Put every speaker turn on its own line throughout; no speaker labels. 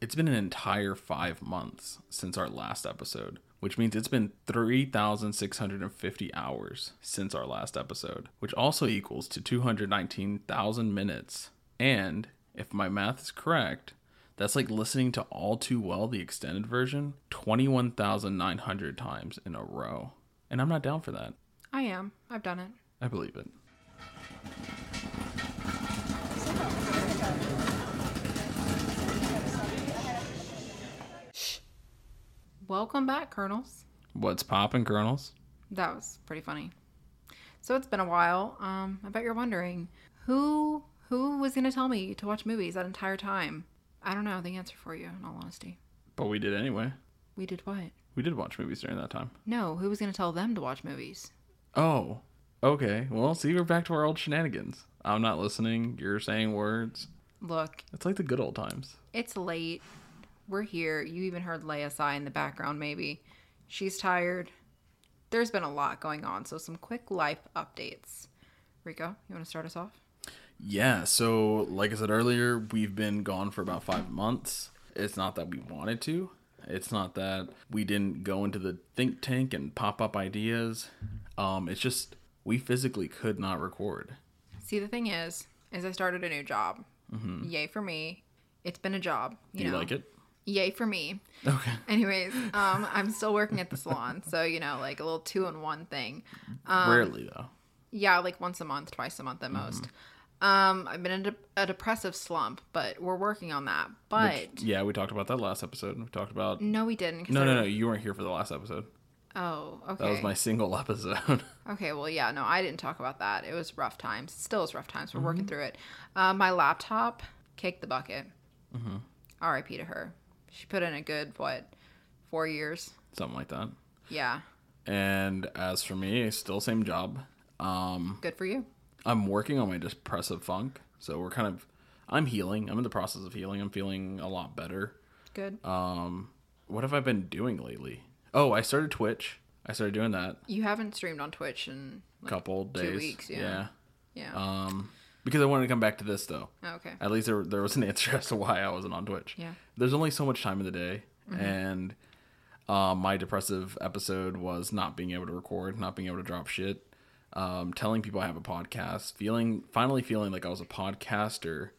It's been an entire five months since our last episode, which means it's been 3,650 hours since our last episode, which also equals to 219,000 minutes. And if my math is correct, that's like listening to All Too Well, the extended version, 21,900 times in a row. And I'm not down for that.
I am. I've done it.
I believe it.
Welcome back, Colonels.
What's poppin', Colonels?
That was pretty funny. So it's been a while. Um, I bet you're wondering who who was gonna tell me to watch movies that entire time. I don't know the answer for you, in all honesty.
But we did anyway.
We did what?
We did watch movies during that time.
No, who was gonna tell them to watch movies?
Oh, okay. Well, see, we're back to our old shenanigans. I'm not listening. You're saying words.
Look,
It's like the good old times.
it's late. We're here. You even heard Leia sigh in the background, maybe. She's tired. There's been a lot going on, so some quick life updates. Rico, you want to start us off?
Yeah, so like I said earlier, we've been gone for about five months. It's not that we wanted to, it's not that we didn't go into the think tank and pop up ideas. Um, it's just we physically could not record.
See, the thing is, is I started a new job. Yay for me! It's been a job. You,
Do Mm-hmm. you
know?
like it?
Yay for me.
Okay.
Anyways, um, I'm still working at the salon, so you know, like a little two in one thing.
Rarely though.
Yeah, like once a month, twice a month
Mm-hmm.
at most. Um, I've been in a, a depressive slump, but we're working on that. But
Yeah, we talked about that last episode. We talked about
no, we didn't. 'cause
no,
I-
no, no. You weren't here for the last episode.
Oh, okay.
That was my single episode.
Okay, well, yeah, no, I didn't talk about that. It was rough times. It still is rough times. We're working through it. Uh, my laptop kicked the bucket. R.I.P. to her. She put in a good what, four years?
Something like that.
Yeah,
And as for me, still same job. Um,
good for you.
I'm working on my depressive funk, so we're kind of I'm healing. I'm in the process of healing. I'm feeling a lot better.
Good.
What have I been doing lately? Oh, I started Twitch. I started doing that
you haven't streamed on Twitch in
a
like,
couple
two
days.
weeks, yeah. yeah. Oh,
Um because I wanted to come back to this though.
okay.
At least there, there was an answer as to why I wasn't on Twitch.
Yeah.
There's only so much time in the day and um, my depressive episode was not being able to record, not being able to drop shit, um, telling people I have a podcast, feeling finally feeling like I was a podcaster,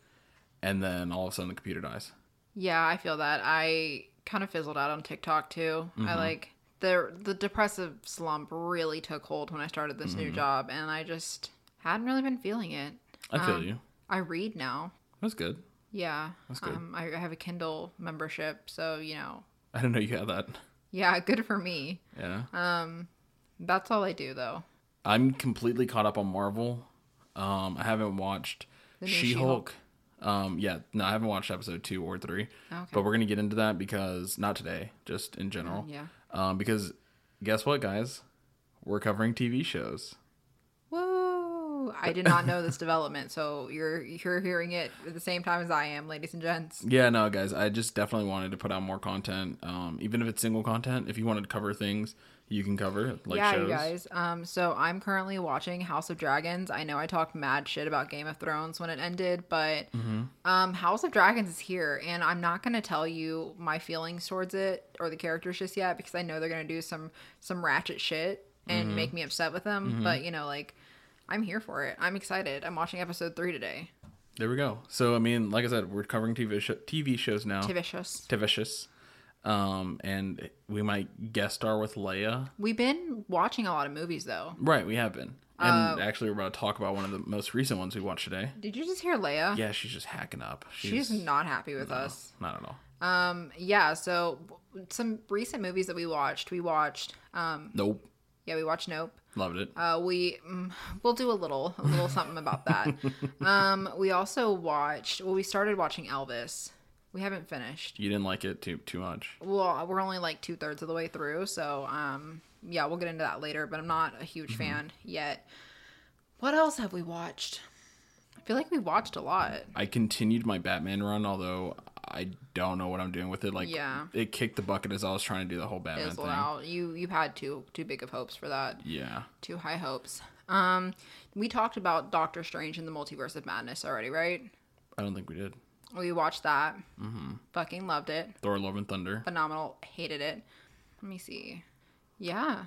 and then all of a sudden the computer dies.
Yeah, I feel that. I kind of fizzled out on TikTok too. I like the the depressive slump really took hold when I started this new job, and I just hadn't really been feeling it.
I feel you.
I read now.
That's good.
Yeah.
good.
Um, I I have a Kindle membership, so you know,
I didn't know you had that.
yeah, good for me.
Yeah.
That's all I do though.
I'm completely caught up on Marvel. Um, I haven't watched
The new
She Hulk. Um, yeah, no, I haven't watched episode two or three.
Ah, Okay.
But we're gonna get into that because not today, just in general.
Yeah.
Um, because guess what, guys? We're covering TV shows.
Woo! I did not know this development, so you're you're hearing it at the same time as I am, ladies and gents.
Yeah, no, guys, I just definitely wanted to put out more content. Um, even if it's single content, if you wanted to cover things, you can cover like
yeah,
shows.
you guys. Um, so I'm currently watching House of Dragons. I know I talked mad shit about Game of Thrones when it ended, but
Mm-hmm.
um, House of Dragons is here, and I'm not gonna tell you my feelings towards it or the characters just yet because I know they're gonna do some some ratchet shit
Mm-hmm.
and make me upset with them. But you know, like I'm here for it. I'm excited. I'm watching episode three today.
There we go. So I mean, like I said, we're covering TV sh- TV shows now.
Tivicious.
Tivicious. Um, and we might guest star with Leia.
We've been watching a lot of movies though.
Right, we have been.
Uh,
And actually, we're about to talk about one of the most recent ones we watched today.
Did you just hear Leia?
Yeah, she's just hacking up.
She's not happy with us.
Not at all.
Um, yeah, so w- some recent movies that we watched. We watched um
Nope.
yeah, we watched Nope.
Loved it.
Uh, we mm, we'll do a little a little something about that. Um, we also watched. Well, we started watching Elvis. We haven't finished.
you didn't like it too too much.
Well, we're only like two thirds of the way through, so um, yeah, we'll get into that later. But I'm not a huge fan yet. What else have we watched? I feel like we watched a lot.
I continued my Batman run, although I don't know what I'm doing with it. Like,
Yeah.
it kicked the bucket as I was trying to do the whole Batman
As
thing.
well, you you had too too big of hopes for that.
Yeah,
Too high hopes. Um, we talked about Doctor Strange in the Multiverse of Madness already, right?
I don't think we did.
We watched that. Mm-hmm. Fucking loved it.
Thor: Love and Thunder.
phenomenal. Hated it. Let me see. Yeah,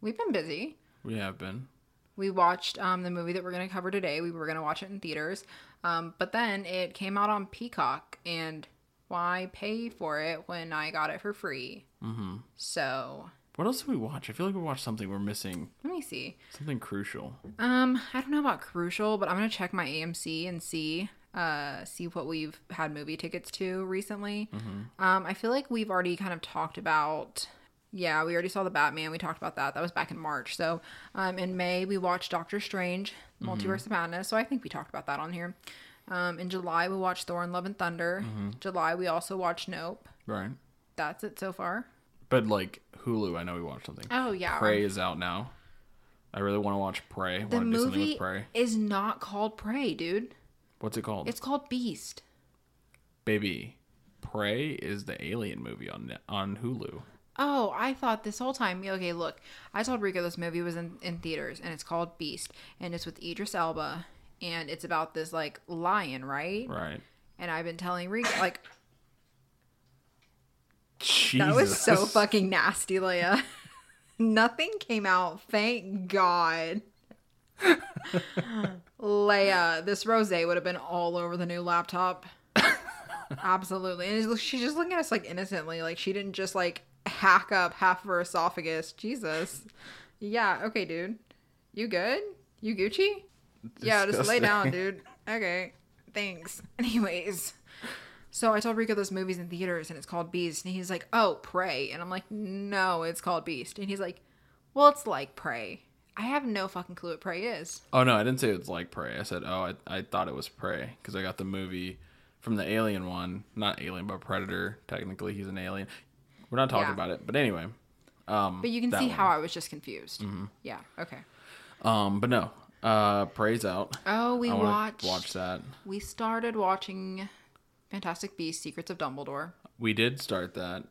we've been busy.
We have been.
We watched um, the movie that we're going to cover today. We were going to watch it in theaters, um, but then it came out on Peacock, and why pay for it when I got it for free? Mm-hmm. So
What else did we watch? I feel like we watched something we're missing.
let me see.
Something crucial.
Um, I don't know about crucial, but I'm gonna check my AMC and see uh see what we've had movie tickets to recently.
Mm-hmm.
Um, I feel like we've already kind of talked about. Yeah, we already saw the Batman. We talked about that. That was back in March. So, um, in May we watched Doctor Strange,
Mm-hmm.
Multiverse of Madness. So I think we talked about that on here. Um, in July we watched Thor and Love and Thunder.
Mm-hmm.
July we also watched Nope.
Right.
That's it so far.
But like Hulu, I know we watched something.
Oh yeah,
Prey is out now. I really want to watch Prey.
the
want to do something
movie
with Prey.
is not called Prey, dude.
What's it called?
It's called Beast.
Baby. Prey is the alien movie on Net- on Hulu.
Oh, I thought this whole time. Okay, look, I told Rico this movie was in, in theaters, and it's called Beast, and it's with Idris Elba, and it's about this like lion, right?
Right.
And I've been telling Rico like
Jesus.
that was so fucking nasty, Leia. Nothing came out. Thank God. Leia, this rose would have been all over the new laptop. Absolutely. And she's just looking at us like innocently. Like she didn't just like hack up half of her esophagus. Jesus. Yeah. Okay, dude. You good? You Gucci? Yeah, just lay
Disgusting.
down, dude. Okay. Thanks. Anyways. So I told Rico this movie's in theaters and it's called Beast. And he's like, oh, Prey. And I'm like, no, it's called Beast. And he's like, well, it's like Prey. I have no fucking clue what Prey is.
Oh no, I didn't say it's like Prey. I said, oh, I, I thought it was Prey because I got the movie from the Alien one, not Alien, but Predator. Technically, he's an alien. We're not talking
Yeah.
about it, but anyway. Um,
But you can
that
see
one. Mm-hmm.
how I was just confused. Yeah. Okay.
Um, but no, uh, Prey's out.
Oh, we
I want
watched.
to watch that.
We started watching Fantastic Beasts: Secrets of Dumbledore.
We did start that.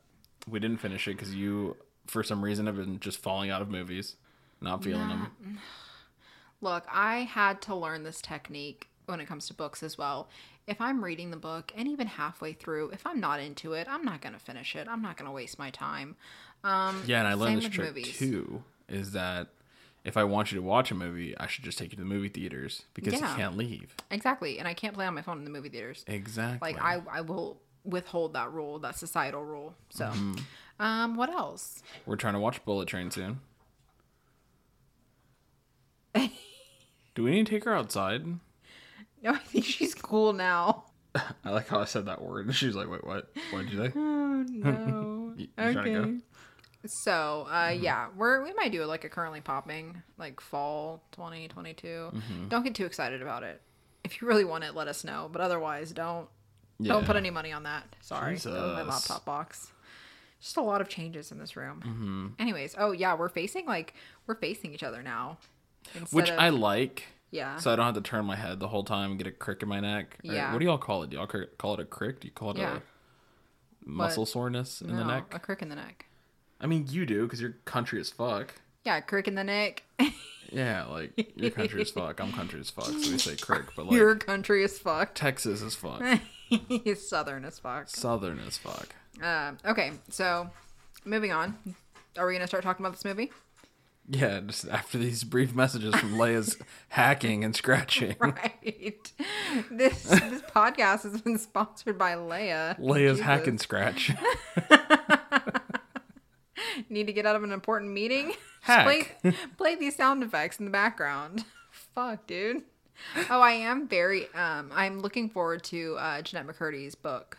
We didn't finish it because you, for some reason, have been just falling out of movies, not feeling them.
Look, I had to learn this technique when it comes to books as well. If I'm reading the book and even halfway through, if I'm not into it, I'm not going to finish it. I'm not going to waste my time. Um,
Yeah, and I
same
learned this
with
trick
movies.
too. Is that if I want you to watch a movie, I should just take you to the movie theaters because
Yeah.
you can't leave.
Exactly. And I can't play on my phone in the movie theaters.
Exactly.
Like, I, I will withhold that rule, that societal rule. So, um, what else?
We're trying to watch Bullet Train soon. Do we need to take her outside?
No, I think she's cool now.
I like how I said that word. and She's like, wait, what? What did you say?
Oh, no.
You, you trying to go?
So, uh,
Mm-hmm.
yeah, we're we might do like a currently popping like fall 2022.
Mm-hmm.
Don't get too excited about it. If you really want it, let us know. But otherwise, don't don't put
Yeah.
any money on that. Sorry, That was my
Jesus.
laptop box. Just a lot of changes in this room.
Mm-hmm.
Anyways, oh yeah, we're facing like we're facing each other now. Instead
Which
of-
I like.
yeah
So I don't have to turn my head the whole time and get a crick in my neck. Or
Yeah.
What do y'all call it? Do y'all cr- call it a crick? Do you call it
Yeah.
a muscle soreness in the
No,
neck?
a crick in the neck.
I mean, you do because you're country as fuck.
Yeah, a crick in the neck.
Yeah, like you're country as fuck. I'm country as fuck, so we say crick. But like
Your country is fucked.
Texas is fuck.
Southern is fucked.
Southern is fuck.
Uh, okay, so moving on. Are we gonna start talking about this movie?
Yeah, just after these brief messages from Leia's hacking and scratching.
Right. This this podcast has been sponsored by Leia.
Leia's
Jesus.
hack and scratch.
Need to get out of an important meeting? Just
Heck.
Play, play these sound effects in the background. Fuck, dude. Oh, I am very. Um, I'm looking forward to uh, Jeanette McCurdy's book.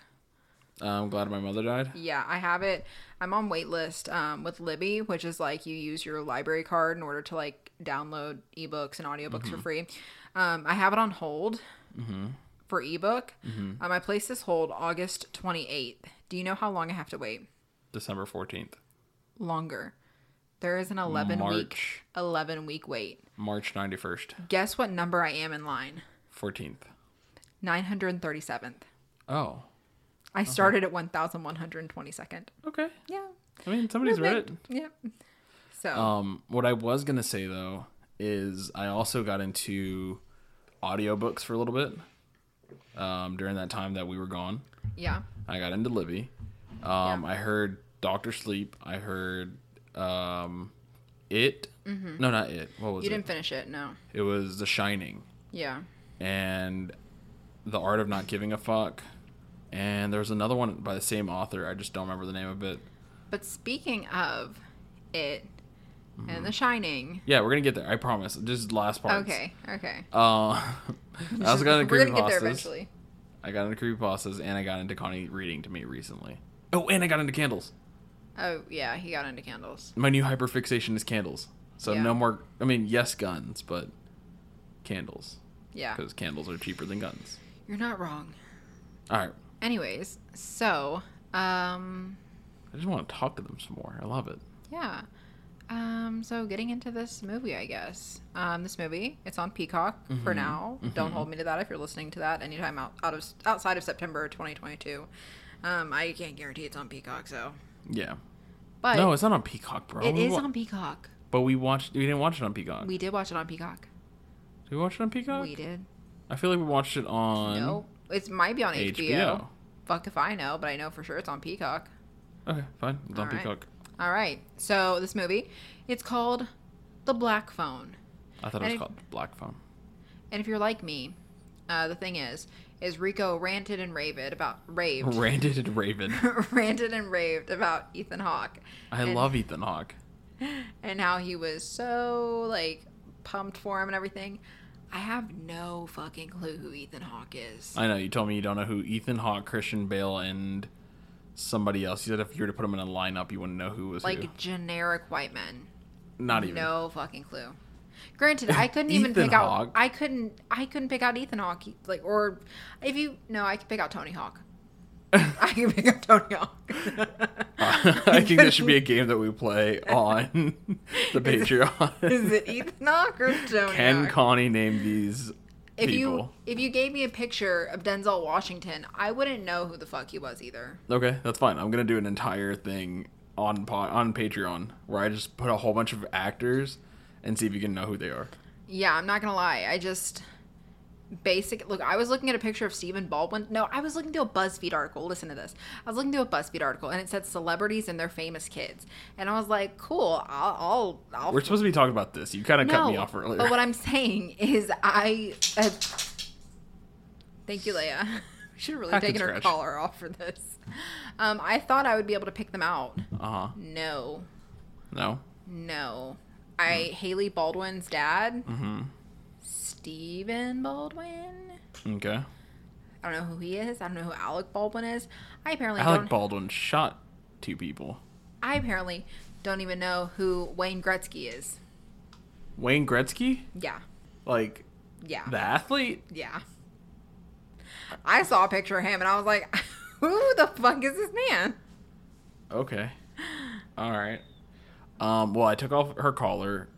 I'm glad my mother died.
Yeah, I have it. I'm on waitlist um, with Libby, which is like you use your library card in order to like download ebooks and audiobooks
Mm-hmm.
for free. Um, I have it on hold for ebook.
Mm-hmm.
Um, I placed this hold August 28th. Do you know how long I have to wait?
December 14th,
Longer. There is an 11 week
March.
11 week wait.
March 91st,
Guess what number I am in line?
14th.
937th.
Oh,
I started at 1122nd.
okay.
Yeah.
I mean, somebody's read it.
Yeah. So,
Um, what I was gonna say though is I also got into audiobooks for a little bit um, during that time that we were gone.
yeah.
I got into Libby. Um,
Yeah.
I heard Doctor Sleep. I heard um, it. No, not it. What was
You
it?
didn't finish it, no.
It was The Shining
Yeah.
and The Art of Not Giving a Fuck. And there was another one by the same author. I just don't remember the name of it.
But speaking of it and The Shining.
Yeah, we're gonna get there. I promise. Just last part.
Okay, okay.
Uh, I also got into
We're gonna get there
creepypastas.
eventually.
I got into creepypastas, and I got into Connie reading to me recently. Oh, and I got into candles.
Oh yeah, he got into candles.
My new hyperfixation is candles. So
Yeah.
no more. I mean, yes, guns, but candles
Yeah.
because candles are cheaper than guns.
You're not wrong.
All right,
Anyways, so um
I just want to talk to them some more. I love it.
yeah. Um so getting into this movie, I guess. Um this movie, it's on Peacock for now. Don't hold me to that if you're listening to that anytime out, out of outside of September 2022. Um I can't guarantee it's on Peacock, so.
Yeah.
But
no, it's not on Peacock, bro.
it
We
is
wa-
on Peacock.
But we watched. We didn't watch it on Peacock.
We did watch it on Peacock.
did we watch it on Peacock?
We did.
I feel like we watched it on.
No, it might be on HBO.
HBO.
Fuck if I know, but I know for sure it's on Peacock.
Okay, fine. It's on
All right.
Peacock.
All right. So this movie, it's called The Black Phone.
I thought it was
And-
called Black Phone.
And if you're like me, uh, the thing is, is Rico ranted and raved about raved,
Ranted and Raven.
ranted and raved about Ethan Hawke
I
And-
love Ethan Hawke.
and how he was so like pumped for him and everything. I have no fucking clue who Ethan Hawke is.
I know you told me you don't know who Ethan Hawke, Christian Bale, and somebody else. You said if you were to put them in a lineup, you wouldn't know who was
like
who.
generic white men.
Not even.
No fucking clue. Granted, I couldn't even
Ethan
pick
Hawke.
out. I couldn't. I couldn't pick out Ethan Hawke. Like, or if you no, I could pick out Tony Hawk. I can pick out Tony Hawk.
I think this should be a game that we play on the Patreon.
Is it Ethan Hawke or Tony
Can
Hawk?
Connie name these
if you
people?
if you gave me a picture of Denzel Washington, I wouldn't know who the fuck he was either.
Okay, that's fine. I'm gonna do an entire thing on po- on Patreon where I just put a whole bunch of actors and see if you can know who they are.
Yeah, I'm not gonna lie. I just basic look. I was looking at a picture of Stephen Baldwin. No, I was looking through a BuzzFeed article. Listen to this. I was looking through a BuzzFeed article, and it said celebrities and their famous kids. And I was like, cool. I'll I'll. I'll
We're supposed to be talking about this. You kind of cut me off earlier.
But Oh, what I'm saying is, I. Uh, thank you, Leia. We should have really
Hack and
taken her
scratch.
collar off for this. Um, I thought I would be able to pick them out.
uh huh.
No,
No.
no. I
Hmm.
Haley Baldwin's dad,
Mm-hmm.
Stephen Baldwin.
Okay.
I don't know who he is. I don't know who Alec Baldwin is. I apparently
Alec
don't.
Baldwin shot two people.
I apparently don't even know who Wayne Gretzky is.
Wayne Gretzky,
Yeah,
like
yeah,
the athlete.
yeah. I saw a picture of him and I was like, "Who the fuck is this man?"
Okay. All right. Um, well, I took off her collar.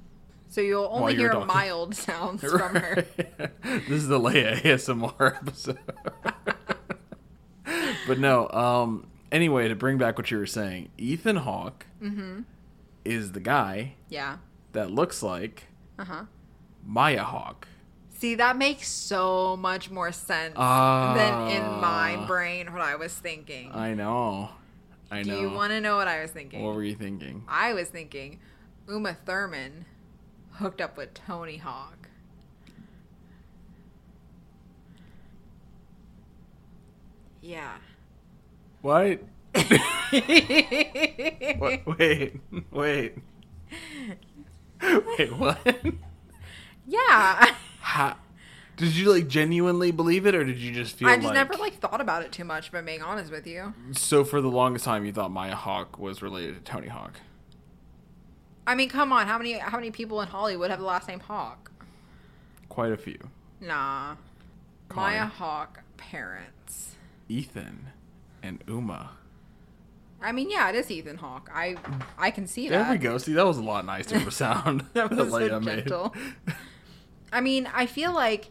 So you'll
While
only
you're
hear
talking.
mild sounds from her.
this is the Leia ASMR episode. but no. Um. Anyway, to bring back what you were saying, Ethan Hawke
Mm-hmm.
is the guy
Yeah.
that looks like
Uh huh.
Maya Hawke.
See, that makes so much more sense than in my
Ah.
brain what I was thinking.
I know. I
Do
know.
you want to know what I was thinking?
what were you thinking?
I was thinking Uma Thurman hooked up with Tony Hawk. Yeah.
What? Wait. What? Wait. Wait. Wait, what?
yeah.
How? Did you like genuinely believe it or did you just feel
I just
like
never like thought about it too much, if I'm being honest with you.
So for the longest time you thought Maya Hawk was related to Tony Hawk.
I mean, come on, how many how many people in Hollywood have the last name Hawk?
Quite a few.
Nah.
Connor.
Maya Hawk parents.
Ethan and Uma.
I mean, yeah, it is Ethan Hawk. I I can see
There
that.
we go. See, that was a lot nicer of a sound.
That was so
Leia
gentle. I mean, I feel like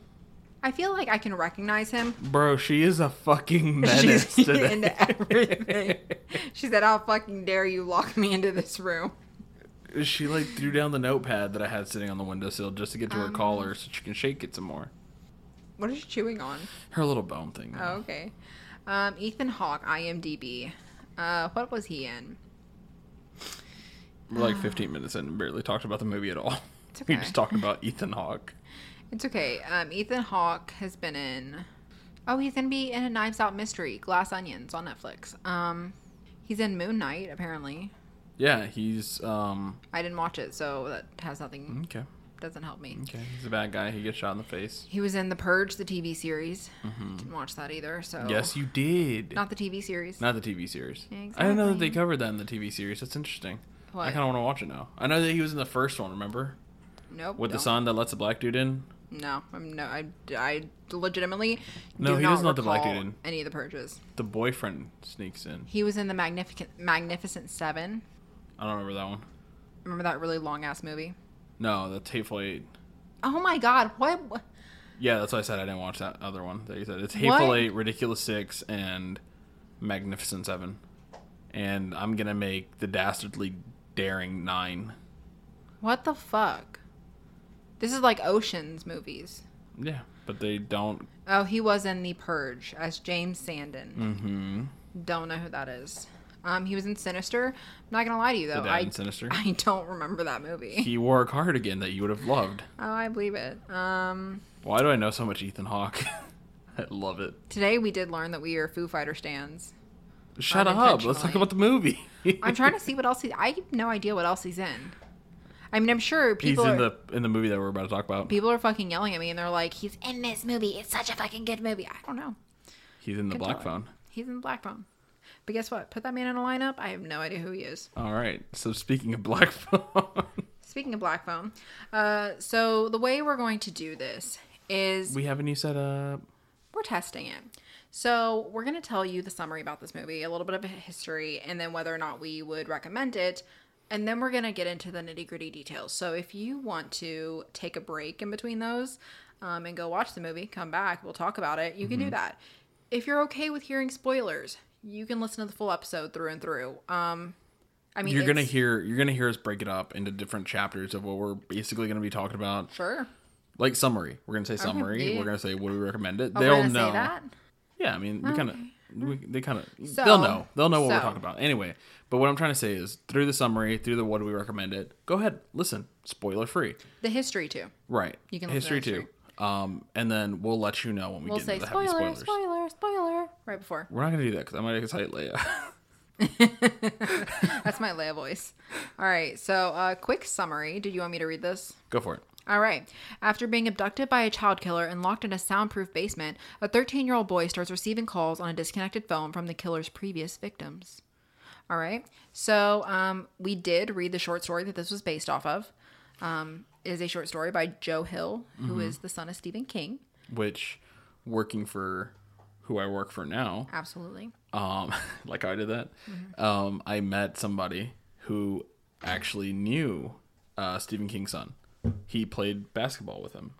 I feel like I can recognize him.
Bro, she is a fucking menace
She's
today.
into everything. she said, "How fucking dare you lock me into this room?"
she like threw down the notepad that I had sitting on the windowsill just to get to her
Um.
collar so she can shake it some more.
What is she chewing on?
Her little bone thing.
Oh, okay. Um, Ethan Hawke, IMDb. Uh, what was he in?
We're like 15 minutes in and barely talked about the movie at all.
It's
We
okay.
just talked about Ethan Hawke.
It's okay. Um, Ethan Hawke has been in. Oh, he's gonna be in a Knives Out mystery, Glass Onions on Netflix. Um, he's in Moon Knight apparently.
Yeah, he's um
I didn't watch it, so that has nothing.
okay.
Doesn't help me.
Okay. He's a bad guy. He gets shot in the face.
He was in The Purge, the TV series. Didn't watch that either. So
Mm-hmm. Yes, you did. Not,
Oh. not the TV series.
the TV series. I didn't know that they
Exactly.
covered that in the TV series. That's interesting. I
What?
kind of want to watch it now. I know that he was in the first one, remember?
nope.
With the
don't.
son that lets a black dude in?
No, I'm no. I, I legitimately
No,
do
he
not
doesn't let the black
recall
dude in.
any of the purges.
The boyfriend sneaks in.
He was in the magnificent Magnificent Seven.
I don't remember that one.
Remember that really long ass movie?
No, that's Hateful Eight.
Oh my God! What? what-
Yeah, that's why I said I didn't watch that other one that you said. It's Hateful
What?
Eight, Ridiculous Six, and Magnificent Seven. And I'm gonna make the dastardly daring nine.
What the fuck? This is like Ocean's movies.
Yeah, but they don't.
Oh, he was in The Purge as James Sandon.
Mm-hmm.
Don't know who that is. Um, he was in Sinister. I'm not gonna lie to you
The
though.
dad
I
in Sinister.
I don't remember that movie.
He wore a cardigan that you would have loved.
Oh, I believe it. Um,
Why do I know so much Ethan Hawke? I love it.
today we did learn that we are Foo Fighter stands.
Shut up. Let's talk
Unintentionally.
about the movie.
I'm trying to see what else he. I have no idea what else he's in. I mean, I'm sure
He's
people
in
are,
the in the movie that we're about to talk about.
people are fucking yelling at me, and they're like, "He's in this movie. It's such a fucking good movie." I don't know.
He's in the
Good
Black
dog.
Phone.
He's in Black Phone. But guess what? Put that man in a lineup. I have no idea who he is.
All right. So speaking of Black Phone,
Speaking of Black Phone, uh, so the way we're going to do this is
we have a new setup.
we're testing it. So we're going to tell you the summary about this movie, a little bit of a history, and then whether or not we would recommend it. And then we're going to get into the nitty gritty details. So if you want to take a break in between those um, and go watch the movie, come back, we'll talk about it. You can
Mm-hmm.
do that. If you're okay with hearing spoilers, you can listen to the full episode through and through. Um, I mean,
You're gonna
it's-
hear you're gonna hear us break it up into different chapters of what we're basically gonna be talking about.
sure.
Like summary. We're gonna say summary.
yeah.
We're gonna say would we recommend it.
Oh, we're
They'll
gonna
know.
Say that?
Yeah, I mean, we kind of, we they kind of,
So-
they'll know, they'll know what we're
so-
talking about. Anyway, but what I'm trying to say is through the summary, through the what do we recommend it? Go ahead, listen, spoiler free,
The history too.
right?
You can listen to
history
history.
too. Um, and then we'll let you know when we
We'll
get
say
into the heavy
spoiler,
spoilers.
spoiler, spoiler, right before.
We're not gonna do that because I might excite Leia.
That's my Leia voice. All right, so uh, quick summary. Did you want me to read this?
Go for it.
All right. After being abducted by a child killer and locked in a soundproof basement, a 13 year old boy starts receiving calls on a disconnected phone from the killer's previous victims. All right. So um, we did read the short story that this was based off of. Um, it is a short story by Joe Hill, who is the son of Stephen King.
Which working for who I work for now,
Absolutely.
um, like I did that,
Mm-hmm.
um, I met somebody who actually knew uh, Stephen King's son. He played basketball with him.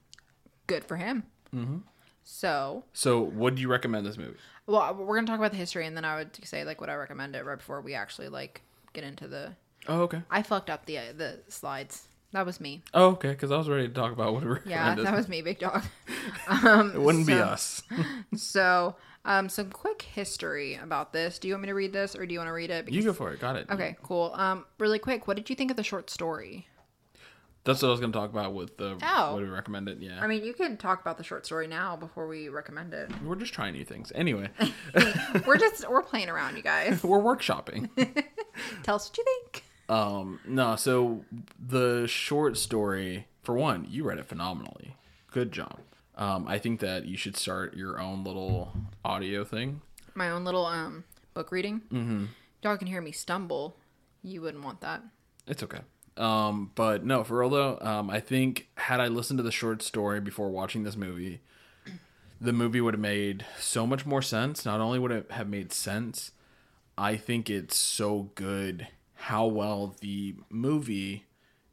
Good for him. Mm-hmm. So
So, would you recommend this movie?
Well, we're gonna talk about the history, and then I would say like what I recommend it right before we actually like get into the.
Oh, okay.
I fucked up the uh, the slides. That was me.
Oh, okay. Because I was ready to talk about what we
Yeah,
recommended.
that was me, big dog.
it wouldn't be
so-
us.
So, um, some quick history about this. Do you want me to read this, or do you want to read it?
You go for it. Got it.
Okay, cool. Um, really quick, what did you think of the short story?
That's what I was going to talk about with the
Oh.
what do we recommend it. Yeah,
I mean, you can talk about the short story now before we recommend it.
we're just trying new things. Anyway,
we're just we're playing around, you guys.
we're workshopping.
Tell us what you think.
Um, no, so the short story, for one, you read it phenomenally. Good job. Um, I think that you should start your own little audio thing.
My own little um book reading. Mm-hmm. Y'all can hear me stumble. You wouldn't want that.
It's okay. Um, but no, for real though, um, I think had I listened to the short story before watching this movie, the movie would have made so much more sense. Not only would it have made sense, I think it's so good how well the movie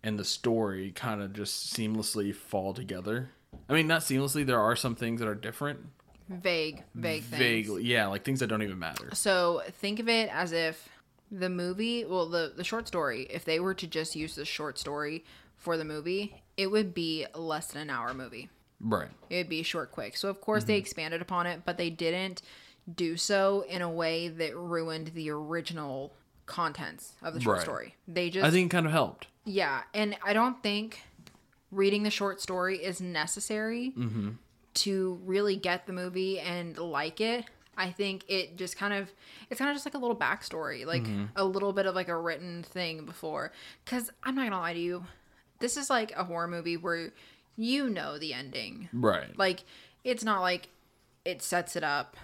and the story kind of just seamlessly fall together. I mean, not seamlessly. There are some things that are different,
Vague, vague things.
vaguely. Yeah, like things that don't even matter.
So think of it as if the movie, well, the the short story. If they were to just use the short story for the movie, it would be less than an hour movie.
Right.
It would be short, quick. So of course they
Mm-hmm.
expanded upon it, but they didn't do so in a way that ruined the original contents of the short
Right.
story. They just
I think it kind of helped.
yeah, and I don't think reading the short story is necessary to really get the movie and like it. I think it just kind of it's kind of just like a little backstory, like a little bit of like a written thing before. Because I'm not gonna lie to you, this is like a horror movie where you know the ending.
Right.
Like it's not like it sets it up.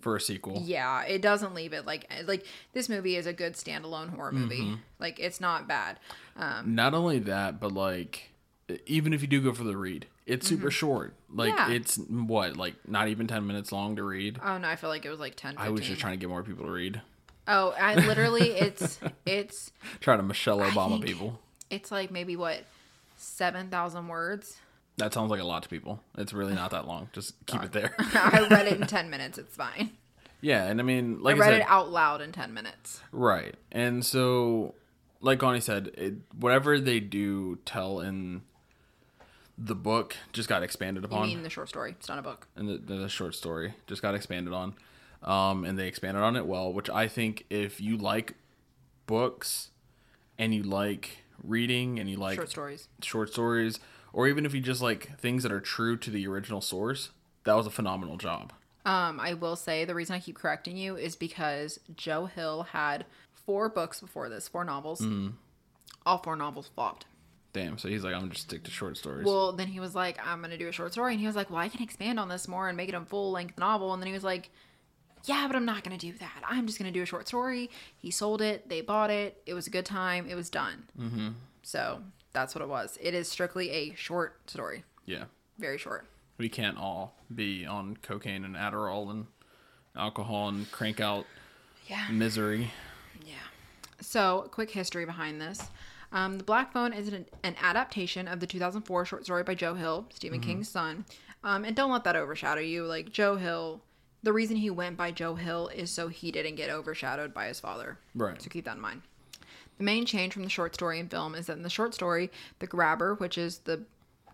for a sequel.
Yeah, it doesn't leave it like like this movie is a good standalone horror movie. Like it's not bad.
not only that but like e, even if you do go for the read it's super short like
Mm-hmm. Yeah.
it's mm, what like not even 10 minutes long to read
Oh no, I feel like it was like 10 15.
i was just trying to get more people to read
Oh, I literally it's it's
trying to michelle obama
think-
people
it's like maybe what 7,000 words.
that sounds like a lot to people it's really not that long just keep it there
I read it in 10 minutes, it's fine.
yeah and i mean
I
like i,
read
said
it out loud in 10 minutes.
right and so like connie said it, whatever they do tell in the book just got expanded
You
upon
mean the short story. It's not a book.
and the, the the short story just got expanded on um, and they expanded on it well which i think if you like books and you like reading and you like
Short stories.
short stories or even if you just like things that are true to the original source that was a phenomenal job
Um I will say the reason I keep correcting you is because Joe Hill had four books before this, four novels.
Mm.
All four novels flopped.
damn so he's like i'm gonna just stick to short stories
Well, then he was like, I'm going to do a short story. And he was like, Well, I can expand on this more and make it a full length novel. And then he was like, Yeah, but I'm not going to do that. I'm just going to do a short story. He sold it. They bought it. It was a good time. It was done. Mm-hmm. So that's what it was. It is strictly a short story,
yeah
very short.
we can't all be on cocaine and adderall and alcohol and crank out
Yeah.
Mm-hmm. misery
Yeah. So, quick history behind this. Um, the Black Phone is an, an adaptation of the 2004 short story by Joe Hill, Stephen King's son. Um, and don't let that overshadow you. Like, Joe Hill, the reason he went by Joe Hill is so he didn't get overshadowed by his father.
Right.
So, keep that in mind. The main change from the short story and film is that in the short story, the grabber, which is the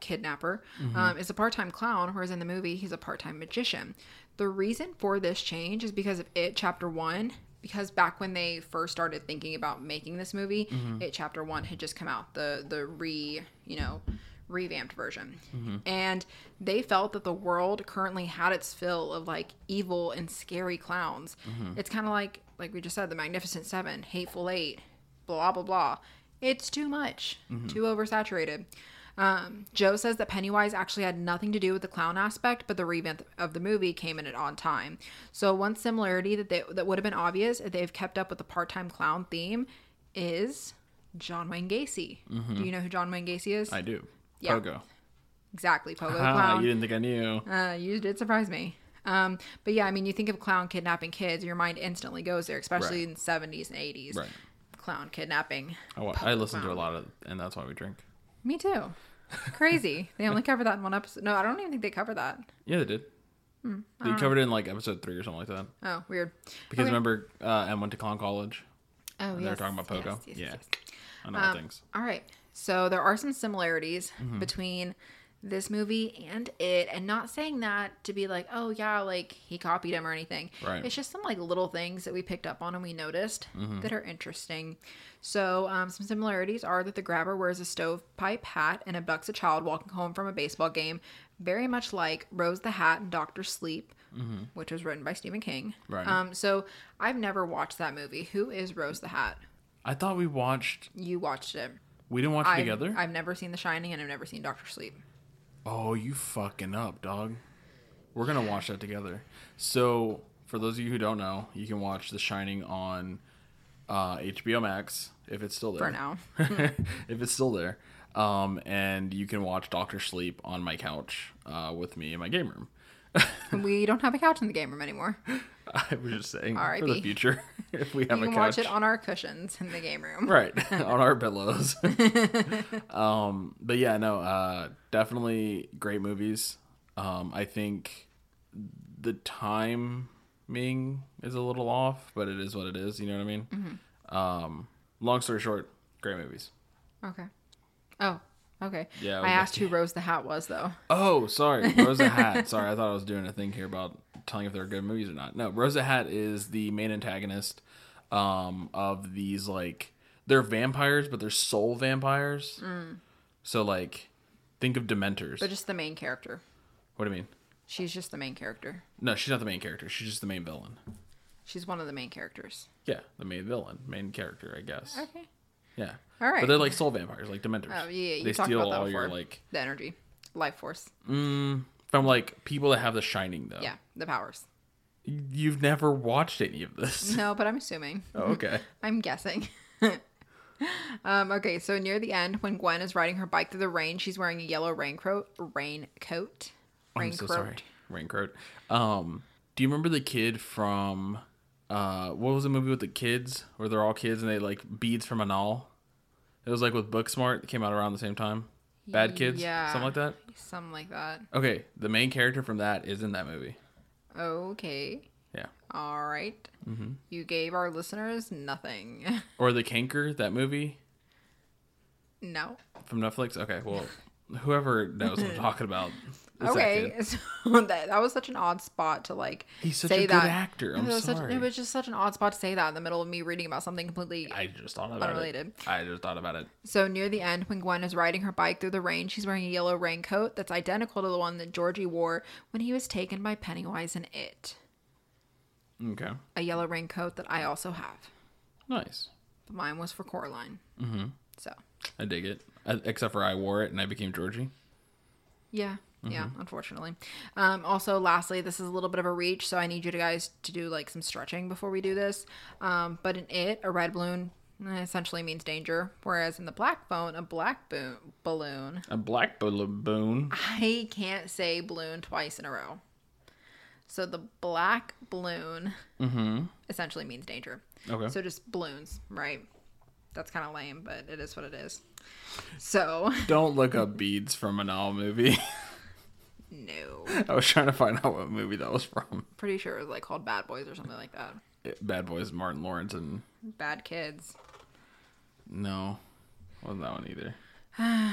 kidnapper, um, is a part time clown, whereas in the movie, he's a part time magician. The reason for this change is because of It Chapter One, because back when they first started thinking about making this movie, It Chapter One had just come out, the, the re, you know, revamped version. And they felt that the world currently had its fill of like evil and scary clowns. It's kind of like, like we just said, The Magnificent Seven, Hateful Eight, blah blah blah. It's too much,
Mm-hmm.
too oversaturated. Um, Joe says that Pennywise actually had nothing to do with the clown aspect, but the revamp of the movie came in at on time. So one similarity that they, that would have been obvious if they've kept up with the part-time clown theme is John Wayne Gacy. Do you know who John Wayne Gacy is?
Mm-hmm. i do
Yeah.
pogo
exactly, Pogo the
ah,
Clown.
you didn't think i knew
Uh, you did surprise me. Um, but yeah, I mean, you think of clown kidnapping kids, your mind instantly goes there, especially
Right.
in seventies and eighties.
Right.
Clown kidnapping.
I, wa- I listen to a lot of and that's why we drink
Me too. Crazy. they only cover that in one episode. No, I don't even think they cover that.
Yeah, they did.
Hmm,
they covered it in like episode three or something like that.
Oh, weird.
Because
Okay.
remember, uh, M went to Clown College.
Oh,
And they were talking about Pogo.
Um,
yeah, I know things. Mm-hmm.
All right. So there are some similarities between this movie and it and not saying that to be like oh yeah like he copied him or anything
Right. Mm-hmm.
it's just some like little things that we picked up on and we noticed that are interesting so um, some similarities are that the grabber wears a stovepipe hat and abducts a child walking home from a baseball game very much like rose the hat and doctor sleep which was written by stephen king
Mm-hmm. Right.
um, so i've never watched that movie who is rose the hat
I thought we watched.
you watched it
We didn't watch it
I've-
together.
I've never seen The Shining and I've never seen Doctor Sleep.
Oh, you fucking up, dog. We're gonna watch that together. So, for those of you who don't know, you can watch The Shining on uh, HBO Max if it's still there.
For now.
if it's still there, um, and you can watch Doctor Sleep on my couch uh, with me in my game room.
we don't have a couch in the game room anymore. You
I was just saying for
R.I.P..
the future if we have
can
a couch.
watch it on our cushions in the game room.
right on our pillows um but yeah no uh definitely great movies um i think the timing is a little off but it is what it is you know what i mean
Mm-hmm.
um long story short great movies
Okay. Oh, okay.
Yeah,
I
we-
asked who Rose the Hat was though.
oh sorry rosa hat sorry i thought i was doing a thing here about telling if they're good movies or not no rosa hat is the main antagonist um of these like they're vampires but they're soul vampires so like think of dementors
Mm. But just the main character.
What do you mean?
She's just the main character.
No, she's not the main character. She's just the main villain.
She's one of the main characters.
Yeah, the main villain, main character, I guess.
Okay.
Yeah.
All right.
But they're like soul vampires, like dementors.
Oh yeah, yeah, you
they
talked
steal
about that
all
before.
your like
the energy, life force.
from like people that have the shining though.
Yeah, the powers.
You've never watched any of this.
No, but I'm assuming.
Oh, okay.
I'm guessing. um, okay, so near the end, when Gwen is riding her bike through the rain, she's wearing a yellow raincoat. Raincoat.
Oh, I'm so sorry. Raincoat. Um, do you remember the kid from uh what was the movie with the kids where they're all kids and they like beads from an all? It was like with Booksmart, it came out around the same time. Bad kids?
Yeah.
Something like that?
Something like that.
Okay, the main character from that is in that movie.
Okay.
Yeah.
All right.
Mm-hmm.
You gave our listeners nothing.
Or The Canker, that movie
no.
from Netflix. Okay, well, whoever knows what I'm talking about. is that
okay.
kid.
So that, that was such an odd spot to like
He's such
say
a good
that.
actor. I'm
it was
sorry.
Such, it was just such an odd spot to say that in the middle of me reading about something completely
I just thought about
Unrelated.
it. I just thought about it.
So near the end, when Gwen is riding her bike through the rain, she's wearing a yellow raincoat that's identical to the one that Georgie wore when he was taken by Pennywise in It.
Okay.
A yellow raincoat that I also have.
Nice.
But mine was for Coraline. Mm-hmm. So,
I dig it. I, except for I wore it and I became Georgie.
yeah. Yeah, unfortunately. Um, also, lastly, this is a little bit of a reach, so I need you to guys to do like some stretching before we do this. Um, but in it, a red balloon eh, essentially means danger, whereas in the black phone, a black boon balloon
A black balloon.
I can't say balloon twice in a row. So the black balloon essentially means danger.
Okay.
So just balloons, right? That's kind of lame, but it is what it is. So
Don't look up beads from an all movie.
no,
I was trying to find out what movie that was from.
pretty sure it was like called Bad Boys or something like that.
Bad Boys, Martin Lawrence, and
Bad Kids.
no, wasn't that one either.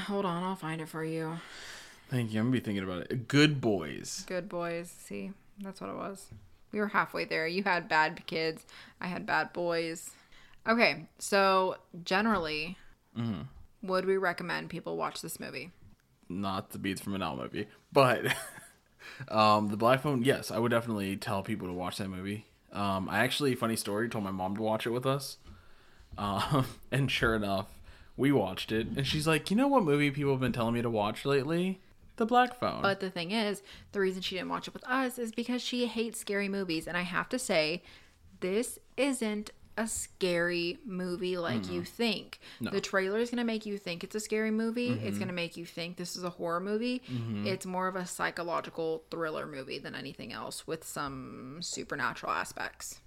Hold on, I'll find it for you.
Thank you. I'm gonna be thinking about it. Good Boys.
Good Boys. See, that's what it was. We were halfway there. You had Bad Kids. I had Bad Boys. Okay, so generally, would we recommend people watch this movie?
not the beats from an Al movie, but um, the Black Phone. Yes, I would definitely tell people to watch that movie. Um, I actually, funny story, told my mom to watch it with us, um, and sure enough, we watched it, and she's like, "You know what movie people have been telling me to watch lately? The Black Phone."
But the thing is, the reason she didn't watch it with us is because she hates scary movies. And I have to say, this isn't a scary movie like you think. The trailer is going to make you think it's a scary movie.
Mm-hmm.
It's going to make you think this is a horror movie. It's more of a psychological thriller movie than anything else with some supernatural aspects.